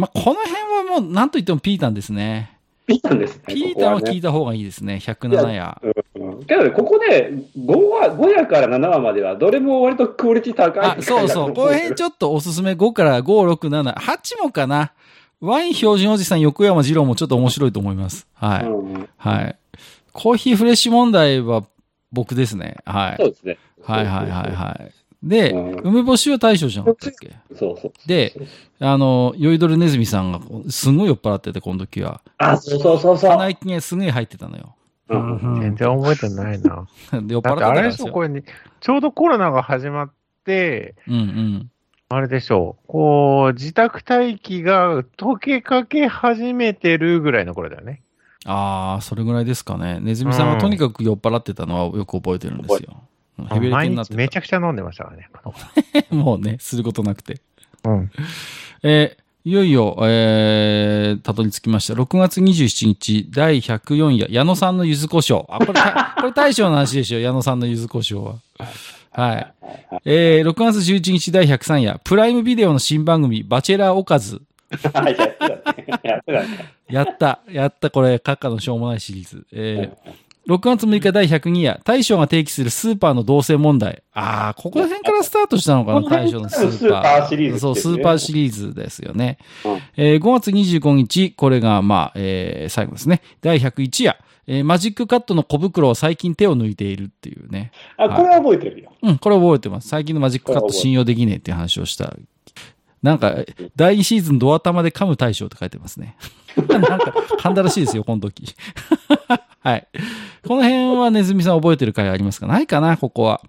まあ、この辺はもう、なんといってもピータンですね。ピータンですね。ピータンはここ聞ねいた方がいいですね、107夜。うんけどね、ここで5話、5夜から7話までは、どれも割とクオリティ高い。あ、そう そう。この辺ちょっとおすすめ5から5、6、7、8もかな。ワイン標準おじさん横山二郎もちょっと面白いと思います。はい。うんはい。コーヒーフレッシュ問題は僕ですね。はそい。うですね。はいはいはいはい。で、う梅干しは大将じゃなかったっけそうそう。で、あの、酔いどれネズミさんがこうすごい酔っ払ってて、この時は。あ、そうそうそうそう。鼻息がすごい入ってたのよ。うん全然覚えてない な。で、酔っ払っててだったあかれらででしすょ、よ。これに、ちょうどコロナが始まって、うんうん。あれでしょう、こう、自宅待機が溶けかけ始めてるぐらいの頃だよね。ああ、それぐらいですかね。ネズミさんがとにかく酔っ払ってたのはよく覚えてるんですよ。うんヘビレケ毎になっ日てめちた。ゃくちゃ飲んでましたからね。この 頃もうね、することなくて。うん。えーいよいよ、えー、たどり着きました。6月27日、第104夜、矢野さんの柚子胡椒。あ、これた、こ れ大将の話でしょ、矢野さんの柚子胡椒は。はい。えー、6月11日、第103夜、プライムビデオの新番組、バチェラーおかず。 はい、やってたね。やってたね。やった、やった、これ、閣下のしょうもないシリーズ。えー、6月6日、第102夜、大将が提起するスーパーの同性問題。あー、ここら辺からスタートしたのかな、この辺大将のスーパー。からスーパーシリーズですそう、よねスーパーシリーズですよね。うんえー5月25日、これが、まあ、えー最後ですね。第101夜、えーマジックカットの小袋を最近手を抜いているっていうね。あ、これは覚えてるよ。うん、これ覚えてます。最近のマジックカット信用できねえっていう話をした。なんか、第2シーズンドア玉で噛む大将って書いてますね。 なんか、噛んだらしいですよ、この時。 はい。この辺はネズミさん覚えてる回ありますかないかな、ここは。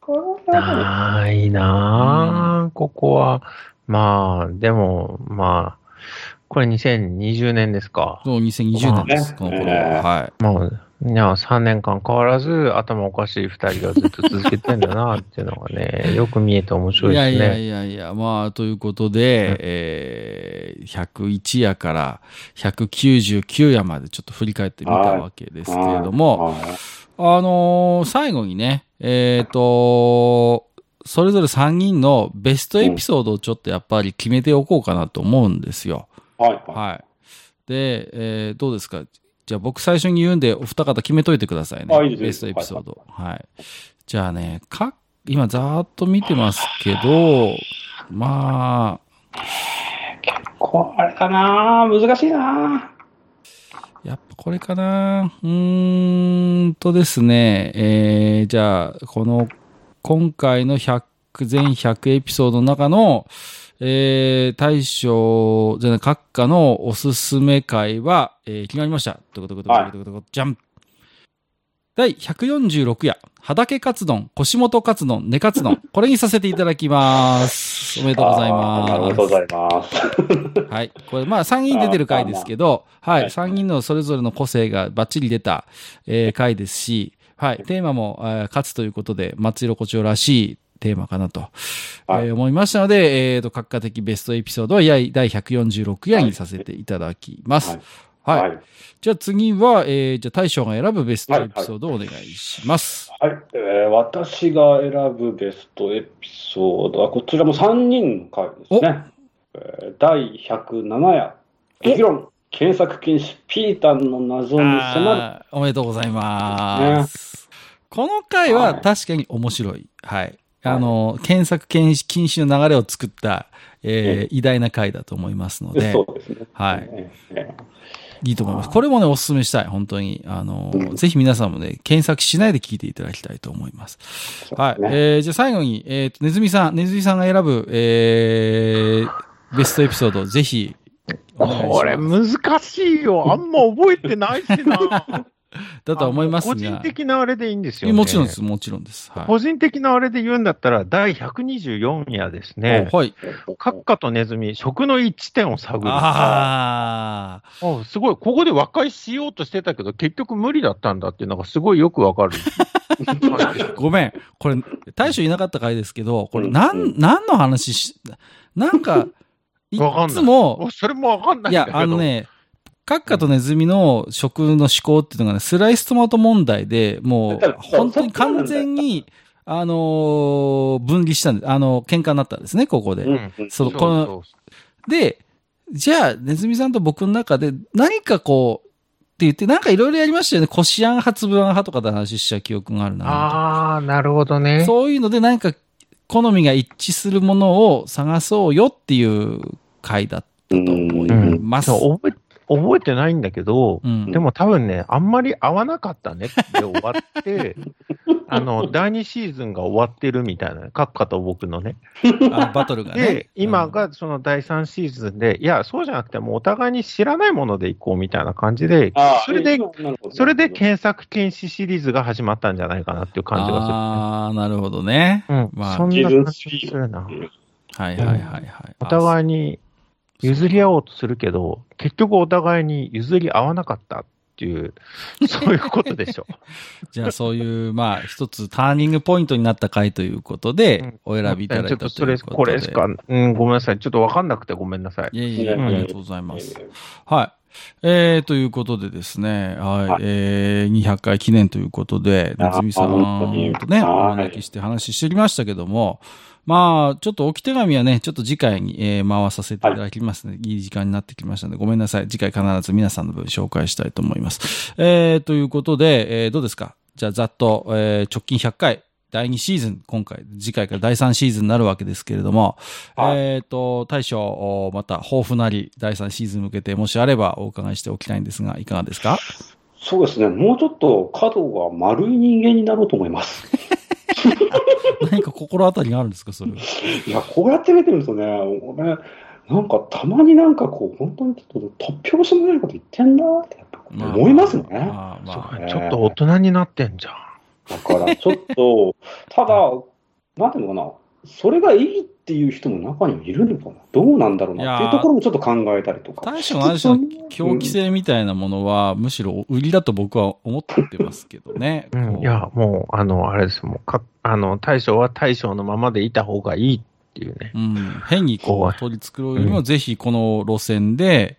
これはないなぁ、ここは。まあ、でも、まあ、これ2020年ですか。そう、2020年です、まこあねの頃は。はい。まあ、いや、3年間変わらず頭おかしい2人がずっと続けてんだなっていうのが ね、よく見えて面白いいですやね。いやいやいや、まあ、ということで、うんえー、101夜から199夜までちょっと振り返ってみたわけですけれども、はいあのー最後にね、えっ、とそれぞれ3人のベストエピソードをちょっとやっぱり決めておこうかなと思うんですよ。はい。はい。で、えーどうですかじゃあ僕最初に言うんで、お二方決めといてくださいね。あいいですベストエピソード。はい。じゃあね、か、今ざーっと見てますけど、まこうあれかな難しいなあ、やっぱこれかな。うーんとですね、えーじゃあ、この、今回の100全100エピソードの中の、えー、大将、じゃない、閣下のおすすめ会は、えー、決まりました。とことことことことことじゃん。第146夜、畑カツ丼、腰元カツ丼、根カツ丼、これにさせていただきます。おめでとうございます。あーありがとうございます。はい。これ、まあ、3人出てる回ですけど、はい。はい3人のそれぞれの個性がバッチリ出た、えー回ですし、はい。テーマも、えー勝つということで、松井横丁らしいテーマかなと、はいえー思いましたので、えっ、と、閣下的ベストエピソードは、やい第146夜にさせていただきます。はい。はい。じゃあ次は、えーじゃあ大将が選ぶベストエピソードをお願いします。はい、えー私が選ぶベストエピソードは、こちらも3人の回ですね。えー第107夜、議論、検索禁止、ピータンの謎に迫る。あーおめでとうございます。この回ははい確かに面白い。はい。あの、検索禁止禁止の流れを作った、えー偉大な回だと思いますのでそ、うですね。はい。えーえいいと思います。これもね、おすすめしたい。本当に。あの、ぜひ皆さんもね、検索しないで聞いていただきたいと思います。はい。ねえーじゃあ最後に、えっ、と、ねずみさん、ねずみさんが選ぶ、えーベストエピソード、ぜひ、お願いしますこれ難しいよ。あんま覚えてないしな。 だとは思いますが。個人的なあれでいいんですよ、ね。もちろんです、もちろんです。はい。個人的なあれで言うんだったら、第124夜ですね。はい。ー閣下とネズミ、食の一致点を探る。ああ。あすごい、ここで和解しようとしてたけど、結局無理だったんだっていうのがすごいよく わかる。 ごめん。これ、大将いなかった回ですけど、これ、うんなん、なんの話し、なんか、いわかんないつも、おそれもわかんないいんだやけ、ど。あのね、カッカとネズミの食の思考っていうのがね、スライストマト問題で、もうだか、らそう本当にそっからなんだ完全に、あのー分離したんで、あの喧嘩になったんですね、ここで。うんうんそのうこのそうで、じゃあ、ネズミさんと僕の中で何かこう、って言って、なんかいろいろやりましたよね。こしあん派、つぶあん派とかで話した記憶があるな。ああ、なるほどね。そういうので、なんか、好みが一致するものを探そうよっていう回だったと思います。そう覚え覚えてないんだけど、うんでも多分ね、あんまり合わなかったねって終わって、あの、第2シーズンが終わってるみたいな、閣下と僕のね。あバトルがねで。、今がその第3シーズンで、いや、そうじゃなくて、もうお互いに知らないもので行こうみたいな感じで、あーそれでえーなるほどそれで検索禁止シリーズが始まったんじゃないかなっていう感じがする。ああ、なるほどね。うん、まあそんな感じするな。はいはいはいはい。お互いに譲り合おうとするけど、結局お互いに譲り合わなかったっ ていう、そういうことでしょ。じゃあそういう、まあ、一つターニングポイントになった回ということで、うんお選びいただいたちといょうっことで。とそれ、これしか、うん、ごめんなさい。ちょっとわかんなくてごめんなさい。いやいやいや、うんありがとうございます。えーはい。えー、ということでですね、はい、はいえー、200回記念ということで、あー夏美さんと本当にね、はいお招きして話しておりましたけども、まあ、ちょっと置き手紙はね、ちょっと次回に、えー回させていただきますね、い、い時間になってきましたので、ごめんなさい。次回必ず皆さんの分紹介したいと思います。えー、ということで、えーどうですかじゃあ、ざっと、えー直近100回、第2シーズン、今回、次回から第3シーズンになるわけですけれども、はいえっ、と、大将、おまた、抱負なり、第3シーズンに向けて、もしあればお伺いしておきたいんですが、いかがですか そうですね、もうちょっと角が丸い人間になろうと思います。何か心当たりがあるんですか、それは。いや、こうやって見てるとね、俺、なんかたまになんかこう、本当にちょっと突拍子もないこと言ってんなってやっぱ思いますね。まあまそあうかちょっと大人になってんじゃん。だからちょっと、 ただ、なんていうのかな、それがいいっていう人も中にはいるのかな、どうなんだろうなっていうところもちょっと考えたりとか。大将のある種のちょっと狂気性みたいなものは、むしろ売りだと僕は思ってますけどね。うんこういや、もう、あの、あれです、もうか、あの、大将は大将のままでいた方がいいっていうね。うん、変にこ怖いう取り繕うよりも、ぜひこの路線で、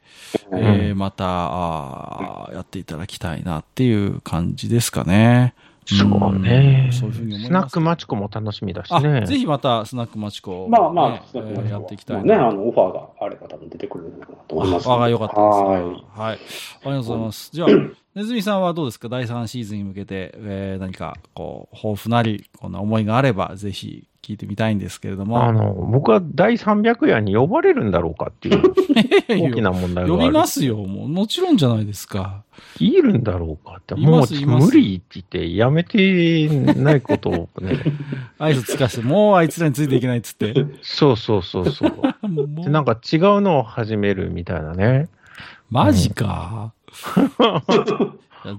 うんえーまたあーやっていただきたいなっていう感じですかね。そうね。んスそういうふうに思いますナックマチコも楽しみだしあ、ね。ぜひまたスナックマチコ、まあまあ、えーやっていきたいね、なあのオファーがああれば多分出てくるのかなと思います、ああ、よかったです。はい。はい。ありがとうございます。 じゃあ、ねずみさんはどうですか第3シーズンに向けて、えー何か、こう、抱負なり、こんな思いがあれば、ぜひ聞いてみたいんですけれども。 あの、僕は第300夜に呼ばれるんだろうかっていう大きな問題がある。呼びますよ、もう。もちろんじゃないですか。いるんだろうかって、いまもすういます無理って言って、やめてないことをね。挨拶つかして、もうあいつらについていけないっつ って。そうそうそう そう。もうでなんか違うのを始めるみたいなね。マジか。いや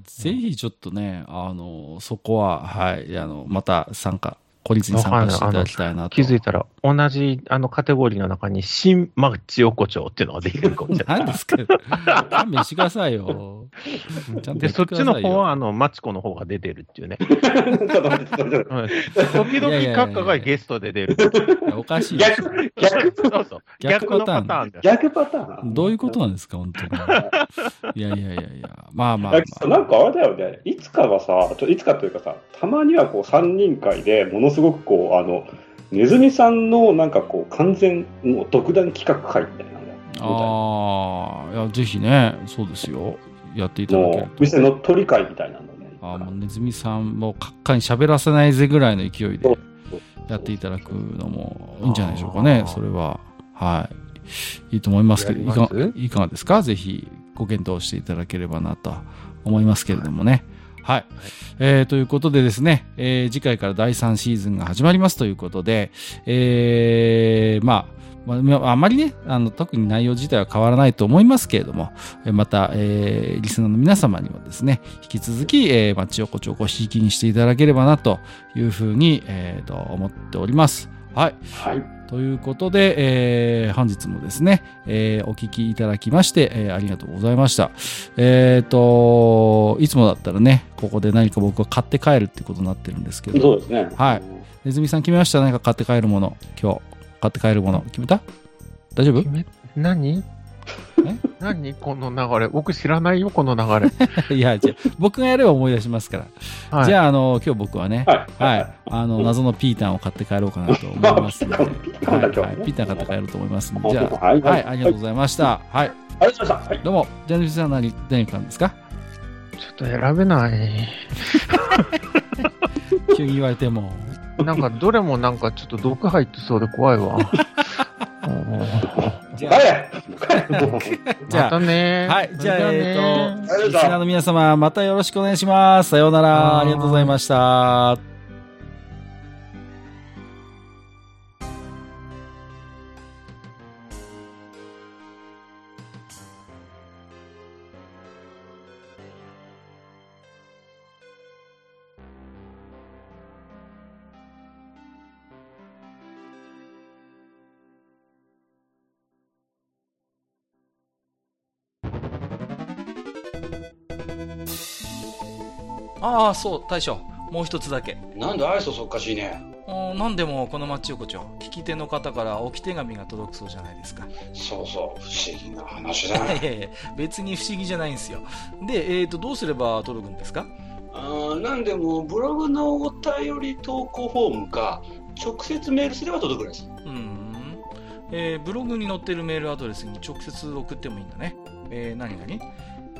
ぜひちょっとね、あの、そこは、はい、あの、また参加、孤立に参加していただきたいなと。気づいたら、同じあのカテゴリーの中に、新マッチ横丁っていうのができるかもしれない。何ですか勘弁してください よ。ちゃんとで、やそてっくだちさのいよ方は、あの、マチコの方が出て るっていうね。ちょっと待ってちょっと待ってうん時いやいやいや々、いや閣下がゲストで出る。いやおかしいでしょ。逆、逆、 そうそう。逆逆パのターンパターンだ。逆パターンどういうことなんですか、本当に。いやいやいやいや、まあまあ、だけどまなんかあれだよね、いつかはさ、ちょいつかというかさ、たまにはこう3人会でものすごくこう、あの、ネズミさんのなんかこう、完全、もう独断企画会みたいなのやるみたいなあ。ああ、いや、ぜひね、そうですよ。やっていただけるもう、店の取り会みたいなのね。ああ、もうネズミさんも各界に喋らせないぜぐらいの勢いでやっていただくのもいいんじゃないでしょうかねあ、ーそれは。はい。いいと思いますけど、やいりまかすがいかがですかぜひご検討していただければなと思いますけれどもね。はい。えーということでですね、えー次回から第3シーズンが始まりますということで、えーまあ、まあまあ、あまりね、あの、特に内容自体は変わらないと思いますけれども、えーまた、えーリスナーの皆様にもですね、引き続き、えー、まあ、ちおこちおこひいきにしていただければな、というふうに、えーと、思っております。はい。はい。ということで、えー本日もですね、えーお聞きいただきまして、えーありがとうございました。えっ、と、いつもだったらね、ここで何か僕は買って帰るってことになってるんですけど、そうですね。はいネズミさん決めました何か買って帰るもの、今日。買って帰るもの、決めた大 丈夫決め何何この流れ。僕知らないよ、この流れ。いや、じゃあ僕がやれば思い出しますから。はいじゃあ、あの、今日僕はね、ははい、あの、謎のピータンを買って帰ろうかなと思いますので、は ピータンだい、今は日いねピータン買って帰ろうと思いますのあで、じゃあ、 はい、は、はいい、ありがとうございました。はい、ありがとうございました。はいどうも、ジャニーズさんは何、何かあるんですかちょっと選べ ない。急に言われて も。なんかどれもなんかちょっと毒入ってそうで怖いわ。うんじ帰ゃれ帰れもう じゃあまたねあ、はい、じゃあ、えっ、ありがとと、うリございましスたナーの皆様、またよろしくお願いします。さようなら、はいありがとうございました。ああ、そう、大将、もう一つだけ。なんで愛想そっかしいねなんでもこの町横丁、聞き手の方から置き手紙が届くそうじゃないですか。そうそう不思議な話だいやいや 別に不思議じゃないんですよ。で、えっ、と、どうすれば届くんですかあーなんでもブログのお便り投稿フォームか直接メールすれば届くらしいうーん、えーブログに載ってるメールアドレスに直接送ってもいいんだね。えー、何何